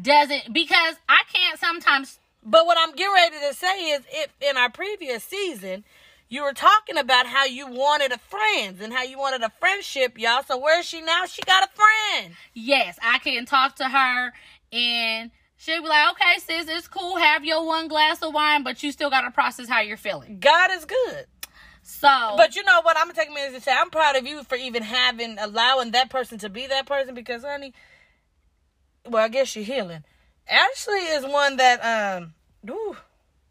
[SPEAKER 1] doesn't because I can't sometimes.
[SPEAKER 2] But what I'm getting ready to say is if in our previous season you were talking about how you wanted a friend and how you wanted a friendship, y'all. So where is she now? She got a friend.
[SPEAKER 1] Yes, I can talk to her and she'll be like, "Okay, sis, it's cool. Have your one glass of wine, but you still got to process how you're feeling."
[SPEAKER 2] God is good.
[SPEAKER 1] So,
[SPEAKER 2] But you know what? I'm gonna take a minute to say I'm proud of you for even having allowing that person to be that person because, honey, well, I guess you're healing. Ashley is one that um, ooh,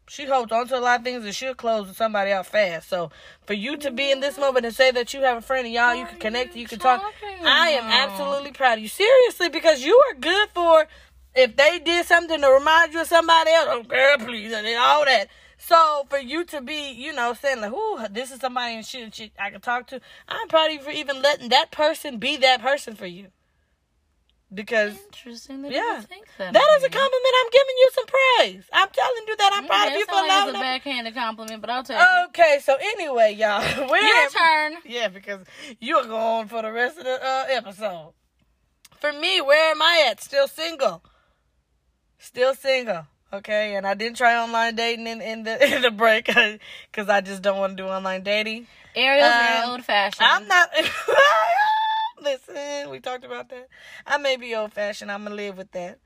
[SPEAKER 2] she holds on to a lot of things and she'll close with somebody out fast. So for you to be in this moment and say that you have a friend and y'all you can connect, you can talk.
[SPEAKER 1] talking
[SPEAKER 2] I am
[SPEAKER 1] about?
[SPEAKER 2] absolutely proud of you. Seriously, because you are good for if they did something to remind you of somebody else, oh girl, please, and then all that. So for you to be, you know, saying like, "Ooh, this is somebody and shit, shit I can talk to," I'm proud of you for even letting that person be that person for you. Because
[SPEAKER 1] interesting that
[SPEAKER 2] Yeah.
[SPEAKER 1] you think that.
[SPEAKER 2] that
[SPEAKER 1] of
[SPEAKER 2] is a
[SPEAKER 1] me.
[SPEAKER 2] compliment. I'm giving you some praise. I'm telling you that I'm proud of
[SPEAKER 1] Yeah,
[SPEAKER 2] you
[SPEAKER 1] it
[SPEAKER 2] for
[SPEAKER 1] sound like
[SPEAKER 2] allowing
[SPEAKER 1] it's a
[SPEAKER 2] that.
[SPEAKER 1] backhanded compliment, but I'll take it.
[SPEAKER 2] Okay, so anyway, y'all, we're
[SPEAKER 1] Your turn.
[SPEAKER 2] Yeah, because you're going for the rest of the uh, episode. For me, where am I at? Still single. Still single. Okay, and I didn't try online dating in, in the in the break because I just don't want to do online dating.
[SPEAKER 1] Ariel's very
[SPEAKER 2] Um,
[SPEAKER 1] old fashioned.
[SPEAKER 2] I'm not. Listen, we talked about that. I may be old fashioned. I'm gonna live with that.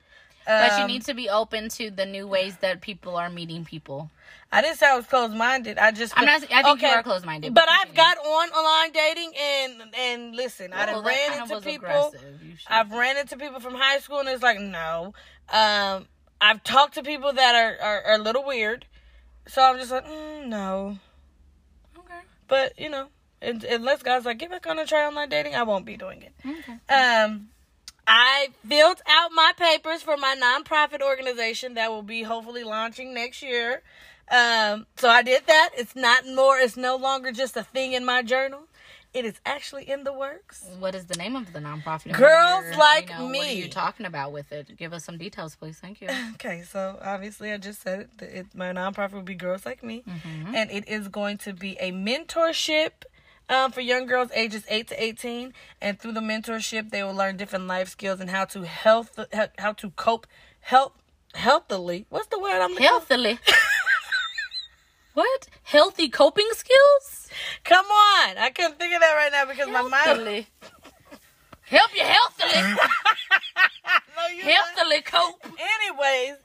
[SPEAKER 1] but you
[SPEAKER 2] Um,
[SPEAKER 1] need to be open to the new ways that people are meeting people.
[SPEAKER 2] Um, I didn't say I was closed minded. I just
[SPEAKER 1] I'm not. I think
[SPEAKER 2] Okay.
[SPEAKER 1] you are closed minded.
[SPEAKER 2] But I've got on online dating and and listen, I done ran into people. I've ran into people from high school and it's like no. Um, I've talked to people that are are, are a little weird, so I'm just like mm, no.
[SPEAKER 1] okay.
[SPEAKER 2] But you know, un- unless guys like get back on and try online dating, I won't be doing it.
[SPEAKER 1] Okay.
[SPEAKER 2] Um, I filled out my papers for my nonprofit organization that will be hopefully launching next year. Um, so I did that. It's not more. It's no longer just a thing in my journal. It is actually in the works.
[SPEAKER 1] What is the name of the nonprofit? And
[SPEAKER 2] Girls
[SPEAKER 1] what are-
[SPEAKER 2] Like
[SPEAKER 1] you know, What
[SPEAKER 2] Me.
[SPEAKER 1] are you talking about with it? Give us some details, please. Thank you.
[SPEAKER 2] Okay, so obviously I just said it, that it my nonprofit will be Girls Like Me,
[SPEAKER 1] Mhm.
[SPEAKER 2] and it is going to be a mentorship um, for young girls ages 8 to 18. And through the mentorship, they will learn different life skills and how to health how- how to cope health healthily. What's the word I'm
[SPEAKER 1] Healthily. what healthy coping skills?
[SPEAKER 2] Come on, I couldn't think of that right now because my mind.
[SPEAKER 1] Healthily. Help you healthily.
[SPEAKER 2] No, you
[SPEAKER 1] healthily cope.
[SPEAKER 2] Anyways,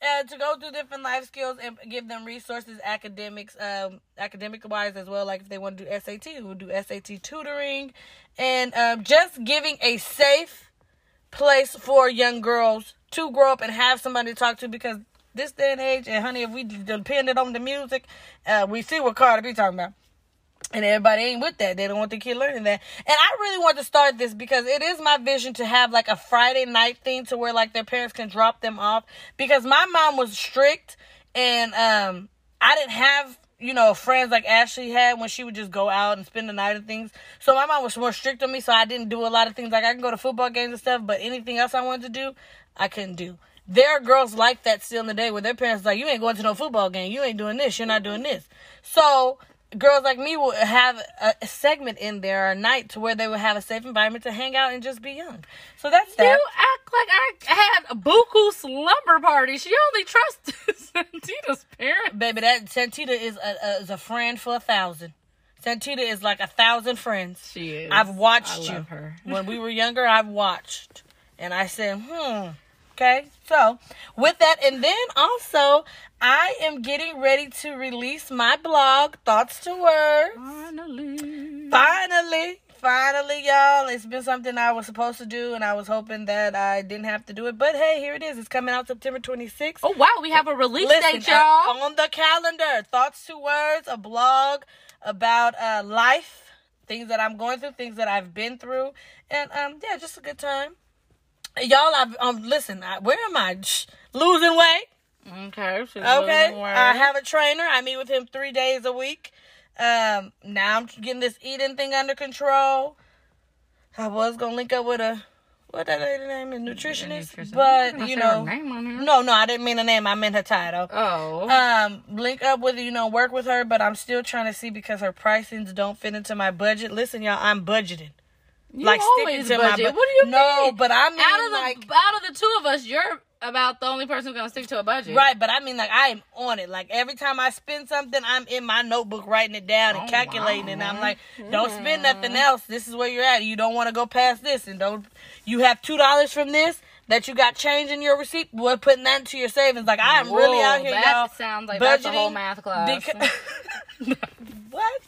[SPEAKER 2] uh, to go through different life skills and give them resources, academics, um, academic wise as well. Like if they want to do SAT, we will do SAT tutoring, and um, just giving a safe place for young girls to grow up and have somebody to talk to because this day and age, and honey, if we depended on the music, uh, we see what Carter be talking about. And everybody ain't with that. They don't want the kid learning that. And I really want to start this because it is my vision to have like a Friday night thing to where like their parents can drop them off. Because my mom was strict and um I didn't have, you know, friends like Ashley had when she would just go out and spend the night and things. So my mom was more strict on me, so I didn't do a lot of things. Like I can go to football games and stuff, but anything else I wanted to do, I couldn't do. There are girls like that still in the day where their parents like, You ain't going to no football game, you ain't doing this, you're not doing this. So girls like me will have a segment in there or a night to where they will have a safe environment to hang out and just be young. So that's that.
[SPEAKER 1] You act like I had a buku slumber party. She only trusts Santita's parents.
[SPEAKER 2] Baby, that Santita is a, a is a friend for a thousand. Santita is like a thousand friends.
[SPEAKER 1] She is.
[SPEAKER 2] I've
[SPEAKER 1] I
[SPEAKER 2] watched you.
[SPEAKER 1] love her.
[SPEAKER 2] when we were younger, I've watched, and I said, hmm. Okay, so with that, and then also, I am getting ready to release my blog, Thoughts to Words.
[SPEAKER 1] Finally.
[SPEAKER 2] Finally, finally, y'all. It's been something I was supposed to do, and I was hoping that I didn't have to do it. But hey, here it is. It's coming out September 26th.
[SPEAKER 1] Oh wow, we have a release date,
[SPEAKER 2] uh,
[SPEAKER 1] y'all.
[SPEAKER 2] on the calendar, thoughts to words, a blog about uh, life, things that I'm going through, things that I've been through, and um, yeah, just a good time. Y'all, I've um, listen. I, where am I? Shh, losing weight.
[SPEAKER 1] okay. she's
[SPEAKER 2] Okay.
[SPEAKER 1] losing weight.
[SPEAKER 2] I have a trainer. I meet with him three days a week. Um, now I'm getting this eating thing under control. I was gonna link up with a what that lady name is nutritionist,
[SPEAKER 1] Nutrition- I'm
[SPEAKER 2] but
[SPEAKER 1] gonna
[SPEAKER 2] you
[SPEAKER 1] say her
[SPEAKER 2] know,
[SPEAKER 1] name on here.
[SPEAKER 2] no, no, I didn't mean her name. I meant her title.
[SPEAKER 1] Oh.
[SPEAKER 2] Um, link up with you know, work with her, but I'm still trying to see because her pricings don't fit into my budget. Listen, y'all, I'm budgeting.
[SPEAKER 1] You
[SPEAKER 2] like sticking
[SPEAKER 1] always
[SPEAKER 2] to my
[SPEAKER 1] budget.
[SPEAKER 2] bu-
[SPEAKER 1] What do you
[SPEAKER 2] No,
[SPEAKER 1] mean?
[SPEAKER 2] but I mean,
[SPEAKER 1] out of the
[SPEAKER 2] like-
[SPEAKER 1] out of the two of us, you're about the only person who's gonna stick to a budget.
[SPEAKER 2] Right, but I mean, like, I am on it. Like, every time I spend something, I'm in my notebook writing it down and
[SPEAKER 1] Oh,
[SPEAKER 2] calculating it. And I'm
[SPEAKER 1] wow.
[SPEAKER 2] like, don't spend nothing else. This is where you're at. You don't want to go past this. And don't, you have $2 from this that you got change in your receipt. We're putting that into your savings. Like, I am really
[SPEAKER 1] Whoa,
[SPEAKER 2] out here,
[SPEAKER 1] that
[SPEAKER 2] y'all.
[SPEAKER 1] sounds like that's a whole
[SPEAKER 2] budgeting
[SPEAKER 1] math class.
[SPEAKER 2] Beca- what?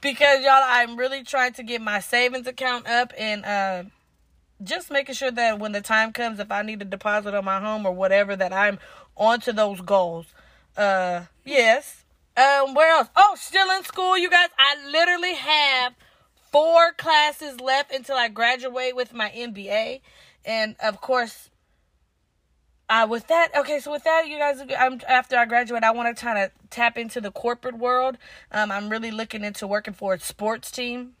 [SPEAKER 2] Because, y'all, I'm really trying to get my savings account up and, uh, just making sure that when the time comes, if I need a deposit on my home or whatever, that I'm onto those goals. Uh, yes. Um, where else? Oh, still in school, you guys. I literally have four classes left until I graduate with my MBA, and of course, uh, with that, okay, so with that, you guys, I'm, after I graduate, I want to kind of tap into the corporate world. Um, I'm really looking into working for a sports team.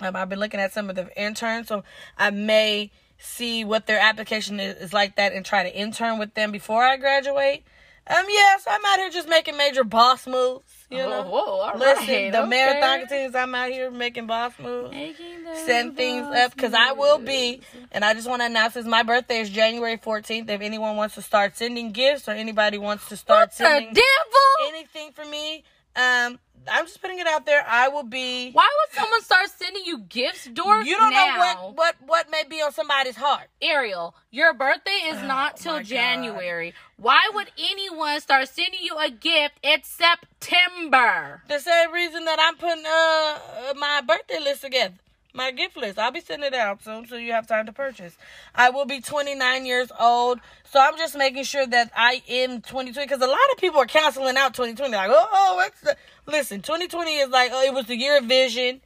[SPEAKER 2] Um, I've been looking at some of the interns, so I may see what their application is, is like that and try to intern with them before I graduate. Um, yeah, so I'm out here just making major boss moves. You
[SPEAKER 1] Oh,
[SPEAKER 2] know,
[SPEAKER 1] whoa, all
[SPEAKER 2] listen,
[SPEAKER 1] right,
[SPEAKER 2] the
[SPEAKER 1] okay.
[SPEAKER 2] marathon teams, I'm out here making boss moves
[SPEAKER 1] Making
[SPEAKER 2] setting
[SPEAKER 1] those
[SPEAKER 2] things up because I will be, and I just want to announce this. My birthday is January 14th. If anyone wants to start sending gifts or anybody wants to start
[SPEAKER 1] What the
[SPEAKER 2] sending
[SPEAKER 1] devil?
[SPEAKER 2] anything for me, um, I'm just putting it out there. I will be.
[SPEAKER 1] Why would someone start sending you gifts, Doris?
[SPEAKER 2] You don't
[SPEAKER 1] now?
[SPEAKER 2] know what what what may be on somebody's heart.
[SPEAKER 1] Ariel, your birthday is not
[SPEAKER 2] Oh my
[SPEAKER 1] till
[SPEAKER 2] God.
[SPEAKER 1] January. Why would anyone start sending you a gift in September?
[SPEAKER 2] The same reason that I'm putting uh uh, my birthday list together. My gift list. I'll be sending it out soon so you have time to purchase. I will be 29 years old. So I'm just making sure that I am 2020 because a lot of people are canceling out 2020. Like, oh, oh it's the... listen, 2020 is like, oh, it was the year of vision.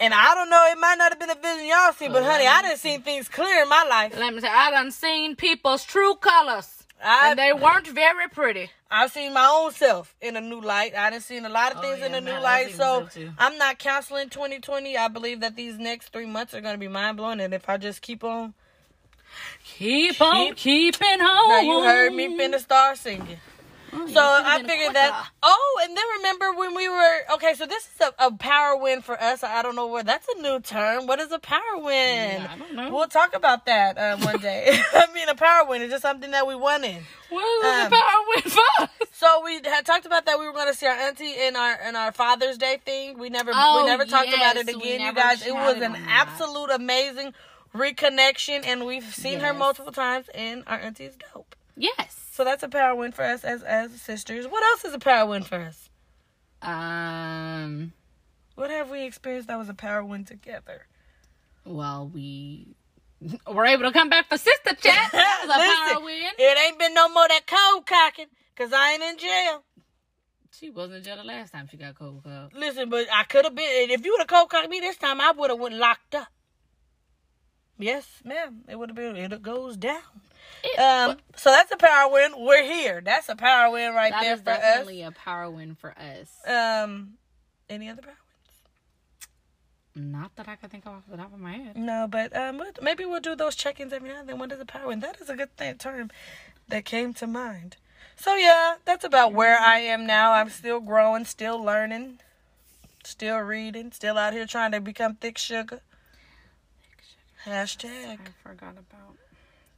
[SPEAKER 2] And I don't know, it might not have been a vision y'all see, but honey, I done seen things clear in my life.
[SPEAKER 1] Let me say, I done seen people's true colors,
[SPEAKER 2] I,
[SPEAKER 1] and they weren't very pretty.
[SPEAKER 2] I've seen my own self in a new light. I done seen a lot of
[SPEAKER 1] Oh,
[SPEAKER 2] things in
[SPEAKER 1] yeah,
[SPEAKER 2] a new
[SPEAKER 1] man, I've
[SPEAKER 2] light.
[SPEAKER 1] seen
[SPEAKER 2] So
[SPEAKER 1] myself too.
[SPEAKER 2] I'm not counseling 2020. I believe that these next three months are going to be mind blowing. And if I just keep on.
[SPEAKER 1] Keep on keeping home.
[SPEAKER 2] Now, you heard
[SPEAKER 1] Oh.
[SPEAKER 2] me finna start singing. So I figured that. Oh, and then remember when we were. Okay, so this is a, a power win for us. I don't know where. That's a new term. What is a power win?
[SPEAKER 1] Yeah, I don't know.
[SPEAKER 2] We'll talk about that uh, one day. I mean, a power win is just something that we won in.
[SPEAKER 1] What is
[SPEAKER 2] um,
[SPEAKER 1] the power win for? us?
[SPEAKER 2] So we had talked about that we were going to see our auntie in our in our Father's Day thing. We never
[SPEAKER 1] Oh,
[SPEAKER 2] we never talked about
[SPEAKER 1] yes,
[SPEAKER 2] it
[SPEAKER 1] we
[SPEAKER 2] again, you
[SPEAKER 1] never
[SPEAKER 2] guys. It was
[SPEAKER 1] chatted
[SPEAKER 2] an
[SPEAKER 1] on that.
[SPEAKER 2] absolute amazing reconnection, and we've seen her
[SPEAKER 1] Yes.
[SPEAKER 2] multiple times. And our auntie is dope.
[SPEAKER 1] Yes.
[SPEAKER 2] So that's a power win for us as as sisters. What else is a power win for us?
[SPEAKER 1] Um.
[SPEAKER 2] What have we experienced that was a power win together?
[SPEAKER 1] Well, we were able to come back for sister chat. That was a power win.
[SPEAKER 2] It ain't been no more that cold cocking, cause I ain't in jail.
[SPEAKER 1] She wasn't in jail the last time she got cold cup.
[SPEAKER 2] Listen, but I could have been. If you would have cold cocked me this time, I would have went locked up. Yes, ma'am. It would have been. It goes down. Um. So that's a power win. We're here. That's a power win right
[SPEAKER 1] That
[SPEAKER 2] there
[SPEAKER 1] is
[SPEAKER 2] for us.
[SPEAKER 1] definitely a power win for us.
[SPEAKER 2] Um. Any other power?
[SPEAKER 1] Not that I can think of off the top of my head.
[SPEAKER 2] win? No, but um, we'll- maybe we'll do those check-ins every now and then. What is a power win? That is a good thing, term that came to mind. So yeah, that's about where I am now. I'm still growing, still learning, still reading, still out here trying to become thick sugar. Hashtag.
[SPEAKER 1] I forgot about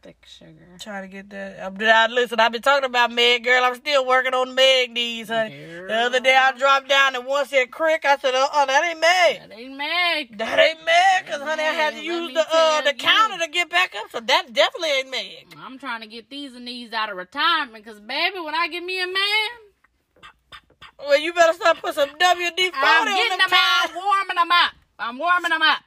[SPEAKER 1] thick sugar.
[SPEAKER 2] Trying to get that. I'm, I, listen, I've been talking about Meg, girl. I'm still working on Meg knees, honey. The other day I dropped down and once said crick. I said, uh uh that ain't Meg.
[SPEAKER 1] That ain't Meg.
[SPEAKER 2] That ain't Meg, because, honey, I had to
[SPEAKER 1] Meg, let
[SPEAKER 2] use the
[SPEAKER 1] me
[SPEAKER 2] uh,
[SPEAKER 1] tell
[SPEAKER 2] the
[SPEAKER 1] you.
[SPEAKER 2] counter to get back up, so that definitely ain't Meg.
[SPEAKER 1] I'm trying to get these and these out of retirement because, baby, when I get me a man,
[SPEAKER 2] Well, you better start putting some WD 40
[SPEAKER 1] I'm
[SPEAKER 2] on
[SPEAKER 1] getting
[SPEAKER 2] them
[SPEAKER 1] them out,
[SPEAKER 2] tires.
[SPEAKER 1] warming them up. I'm warming them up.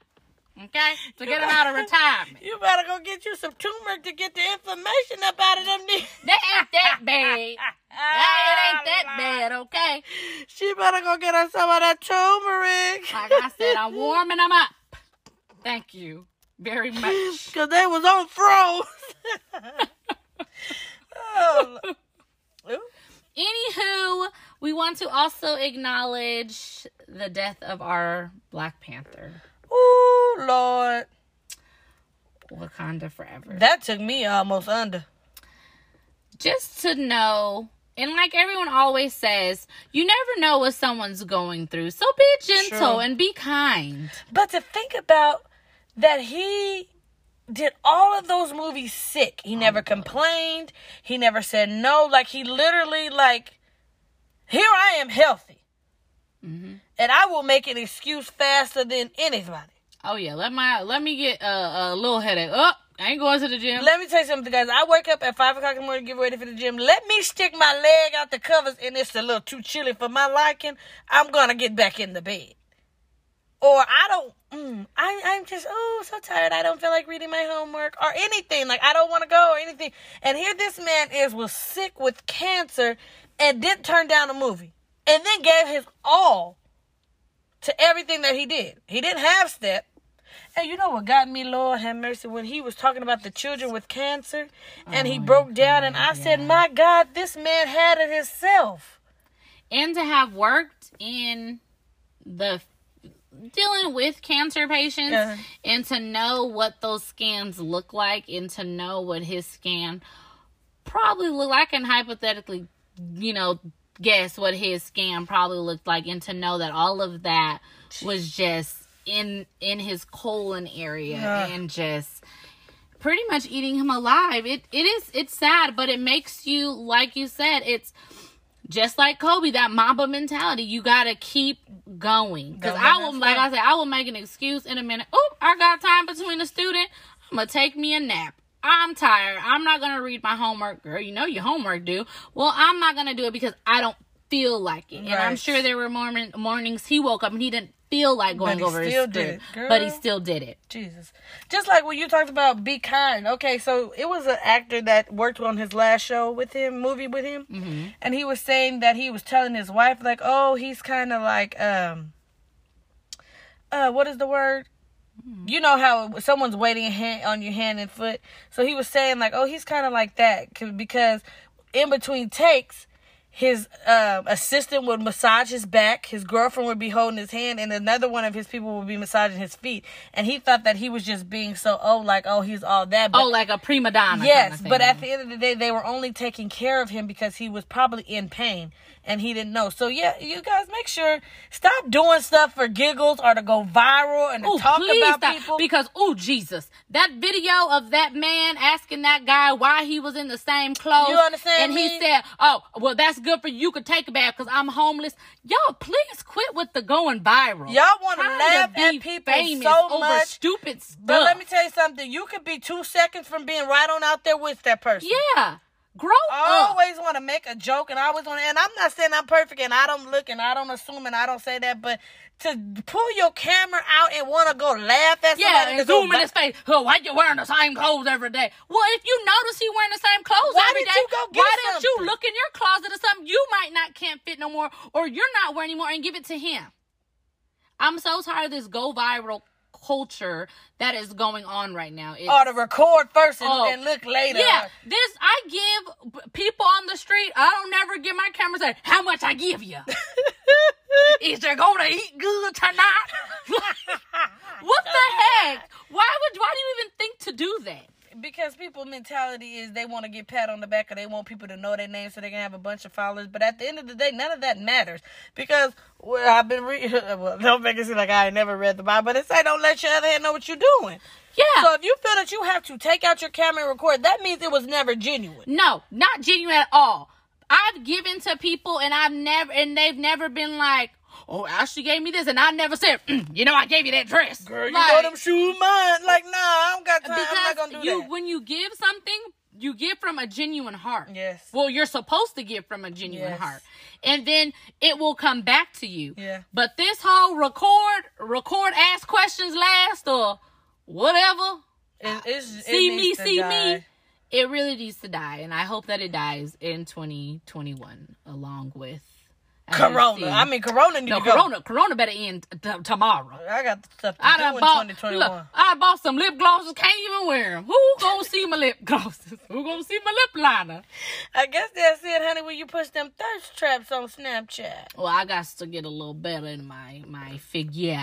[SPEAKER 1] Okay? To get them out of retirement.
[SPEAKER 2] You better go get you some turmeric to get the inflammation up out of them knees.
[SPEAKER 1] That ain't that bad. That, it ain't that bad, okay?
[SPEAKER 2] She better go get her some of that turmeric.
[SPEAKER 1] Like I said, I'm warming them up. Thank you very much.
[SPEAKER 2] Cause they was on froze. oh. Ooh.
[SPEAKER 1] Anywho, we want to also acknowledge the death of our Black Panther,
[SPEAKER 2] Ooh, Lord.
[SPEAKER 1] Wakanda Forever.
[SPEAKER 2] That took me almost under.
[SPEAKER 1] Just to know, and like everyone always says, you never know what someone's going through. So be gentle
[SPEAKER 2] True.
[SPEAKER 1] and be kind.
[SPEAKER 2] But to think about that he did all of those movies sick. He never complained. He never said no. Like he literally like here I am healthy. And I will make an excuse faster than anybody.
[SPEAKER 1] Oh yeah, let my let me get a, a little headache. Up, I ain't going to the gym.
[SPEAKER 2] Let me tell you something, guys. I wake up at five o'clock in the morning to get ready for the gym. Let me stick my leg out the covers, and it's a little too chilly for my liking. I'm gonna get back in the bed, or I don't. Mm, I, I'm just oh so tired. I don't feel like reading my homework or anything. Like I don't want to go or anything. And here this man is was sick with cancer, and didn't turn down a movie, and then gave his all to everything that he did. He didn't half step. And you know what got me, Lord have mercy, when he was talking about the children with cancer and he broke down and I said, My God, this man had it himself.
[SPEAKER 1] and to have worked in the dealing with cancer patients
[SPEAKER 2] Yeah.
[SPEAKER 1] and to know what those scans look like and to know what his scan probably looked like and hypothetically you know guess what his scan probably looked like and to know that all of that was just in in his colon area
[SPEAKER 2] Yeah.
[SPEAKER 1] and just pretty much eating him alive it it is it's sad but it makes you like you said it's just like Kobe, that Mamba mentality, you gotta keep going. Cause
[SPEAKER 2] Going,
[SPEAKER 1] I will,
[SPEAKER 2] that's
[SPEAKER 1] like
[SPEAKER 2] right.
[SPEAKER 1] I said, I will make an excuse in a minute. Oop, I got time between the student. I'm gonna take me a nap. I'm tired. I'm not gonna read my homework, girl. You know your homework due. Well, I'm not gonna do it because I don't feel like it. And I'm
[SPEAKER 2] Right.
[SPEAKER 1] sure there were morning, mornings he woke up and he didn't feel like going
[SPEAKER 2] he
[SPEAKER 1] over his
[SPEAKER 2] still did
[SPEAKER 1] student,
[SPEAKER 2] it, girl.
[SPEAKER 1] but he still did it.
[SPEAKER 2] Jesus. Just like when you talked about be kind. Okay, so it was an actor that worked on his last show with him, movie with him, and he was saying that he was telling his wife like, "Oh, he's kind of like um uh what is the word? You know how someone's waiting hand, on your hand and foot. So he was saying like, "Oh, he's kind of like that 'cause- because in between takes, his um, assistant would massage his back, his girlfriend would be holding his hand, and another one of his people would be massaging his feet. And he thought that he was just being so oh, like oh, he's all that. But
[SPEAKER 1] Oh, like a prima donna.
[SPEAKER 2] yes,
[SPEAKER 1] kinda
[SPEAKER 2] but
[SPEAKER 1] thing.
[SPEAKER 2] at the end of the day, they were only taking care of him because he was probably in pain and he didn't know. So yeah, you guys make sure stop doing stuff for giggles or to go viral and to
[SPEAKER 1] Ooh,
[SPEAKER 2] talk
[SPEAKER 1] Oh, please
[SPEAKER 2] about
[SPEAKER 1] stop.
[SPEAKER 2] people.
[SPEAKER 1] Because, oh, Jesus, that video of that man asking that guy why he was in the same clothes.
[SPEAKER 2] You understand
[SPEAKER 1] And he
[SPEAKER 2] me?
[SPEAKER 1] said, oh, well, that's good for you. You could take a bath because I'm homeless. Y'all, please quit with the going viral.
[SPEAKER 2] Y'all want to
[SPEAKER 1] Trying
[SPEAKER 2] laugh
[SPEAKER 1] be
[SPEAKER 2] at people
[SPEAKER 1] famous
[SPEAKER 2] so
[SPEAKER 1] over
[SPEAKER 2] much.
[SPEAKER 1] stupid stuff.
[SPEAKER 2] but let me tell you something. You could be two seconds from being right on out there with that person.
[SPEAKER 1] yeah. Uh. Grow
[SPEAKER 2] I
[SPEAKER 1] up.
[SPEAKER 2] always want to make a joke, and I always want to. And I'm not saying I'm perfect, and I don't look, and I don't assume, and I don't say that. But to pull your camera out and want to go laugh at
[SPEAKER 1] Yeah,
[SPEAKER 2] somebody, to
[SPEAKER 1] and
[SPEAKER 2] go
[SPEAKER 1] zoom
[SPEAKER 2] ba-
[SPEAKER 1] in his face. Oh, why you wearing the same clothes every day? Well, if you notice he wearing the same clothes
[SPEAKER 2] Why
[SPEAKER 1] every
[SPEAKER 2] did
[SPEAKER 1] day,
[SPEAKER 2] you go get
[SPEAKER 1] why didn't you
[SPEAKER 2] something?
[SPEAKER 1] look in your closet or something? You might not can't fit no more, or you're not wearing anymore, and give it to him. I'm so tired of this go viral culture that is going on right now. It's-
[SPEAKER 2] or to record first and,
[SPEAKER 1] Oh.
[SPEAKER 2] and look later.
[SPEAKER 1] yeah, this I give b- people on the street. I don't never give my camera say how much I give you. Is they gonna eat good tonight? what the heck? Why would why do you even think to do that?
[SPEAKER 2] because people mentality is they want to get pat on the back or they want people to know their name so they can have a bunch of followers but at the end of the day none of that matters because well i've been reading well don't make it seem like i ain't never read the bible but it's like don't let your other hand know what you're doing
[SPEAKER 1] Yeah.
[SPEAKER 2] so if you feel that you have to take out your camera and record that means it was never genuine
[SPEAKER 1] no, not genuine at all. I've given to people and I've never and they've never been like, oh, Ashley gave me this, and I never said, "Mm, you know, I gave you that dress.
[SPEAKER 2] girl you know
[SPEAKER 1] Like,
[SPEAKER 2] them shoes mine like nah i don't got time i'm not
[SPEAKER 1] because
[SPEAKER 2] gonna do
[SPEAKER 1] you
[SPEAKER 2] that
[SPEAKER 1] when you give something you give from a genuine heart
[SPEAKER 2] Yes.
[SPEAKER 1] well you're supposed to give from a genuine
[SPEAKER 2] Yes.
[SPEAKER 1] heart and then it will come back to you
[SPEAKER 2] Yeah.
[SPEAKER 1] but this whole record record ask questions last or whatever
[SPEAKER 2] It- it's, it
[SPEAKER 1] see me
[SPEAKER 2] needs to
[SPEAKER 1] see me
[SPEAKER 2] die.
[SPEAKER 1] it really needs to die and i hope that it dies in 2021 along with as you see-
[SPEAKER 2] corona i mean corona need
[SPEAKER 1] no
[SPEAKER 2] to go.
[SPEAKER 1] corona corona better end t- tomorrow
[SPEAKER 2] i got stuff to
[SPEAKER 1] I
[SPEAKER 2] do in
[SPEAKER 1] done bought.
[SPEAKER 2] 2021
[SPEAKER 1] Look, I bought some lip glosses. Can't even wear them. Who gonna see my lip glosses? Who gonna see my lip liner?
[SPEAKER 2] I guess that's it, honey, when you push them thirst traps on Snapchat.
[SPEAKER 1] Well, I got to get a little better in my my figure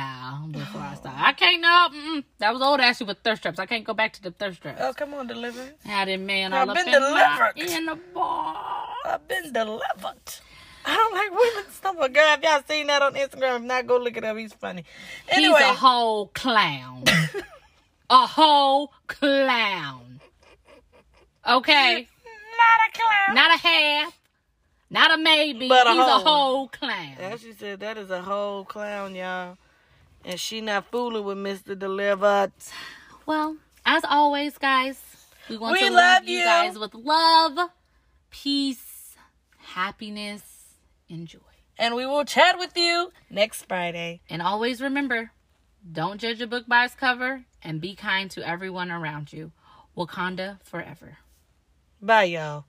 [SPEAKER 1] before I start. I can't no. Mm-mm. That was old Ashley with thirst traps. I can't go back to the thirst traps.
[SPEAKER 2] Oh, come on, deliver.
[SPEAKER 1] Had it man
[SPEAKER 2] I've
[SPEAKER 1] all up
[SPEAKER 2] been
[SPEAKER 1] in, my,
[SPEAKER 2] delivered.
[SPEAKER 1] in the bar.
[SPEAKER 2] I've been delivered. I don't like women. Oh my God, if y'all seen that on Instagram, if not, go look it up. He's funny. Anyway,
[SPEAKER 1] He's a whole clown. a whole clown. Okay.
[SPEAKER 2] not a clown.
[SPEAKER 1] Not a half. Not a maybe.
[SPEAKER 2] But a
[SPEAKER 1] He's a
[SPEAKER 2] whole.
[SPEAKER 1] whole clown.
[SPEAKER 2] Ashley said that is a whole clown, y'all. And she not fooling with Mr. Delivered.
[SPEAKER 1] Well, as always, guys, we want
[SPEAKER 2] We
[SPEAKER 1] to
[SPEAKER 2] love
[SPEAKER 1] leave you
[SPEAKER 2] you.
[SPEAKER 1] guys with love, peace, happiness, and joy.
[SPEAKER 2] And we will chat with you next Friday.
[SPEAKER 1] And always remember don't judge a book by its cover and be kind to everyone around you. Wakanda forever.
[SPEAKER 2] Bye, y'all.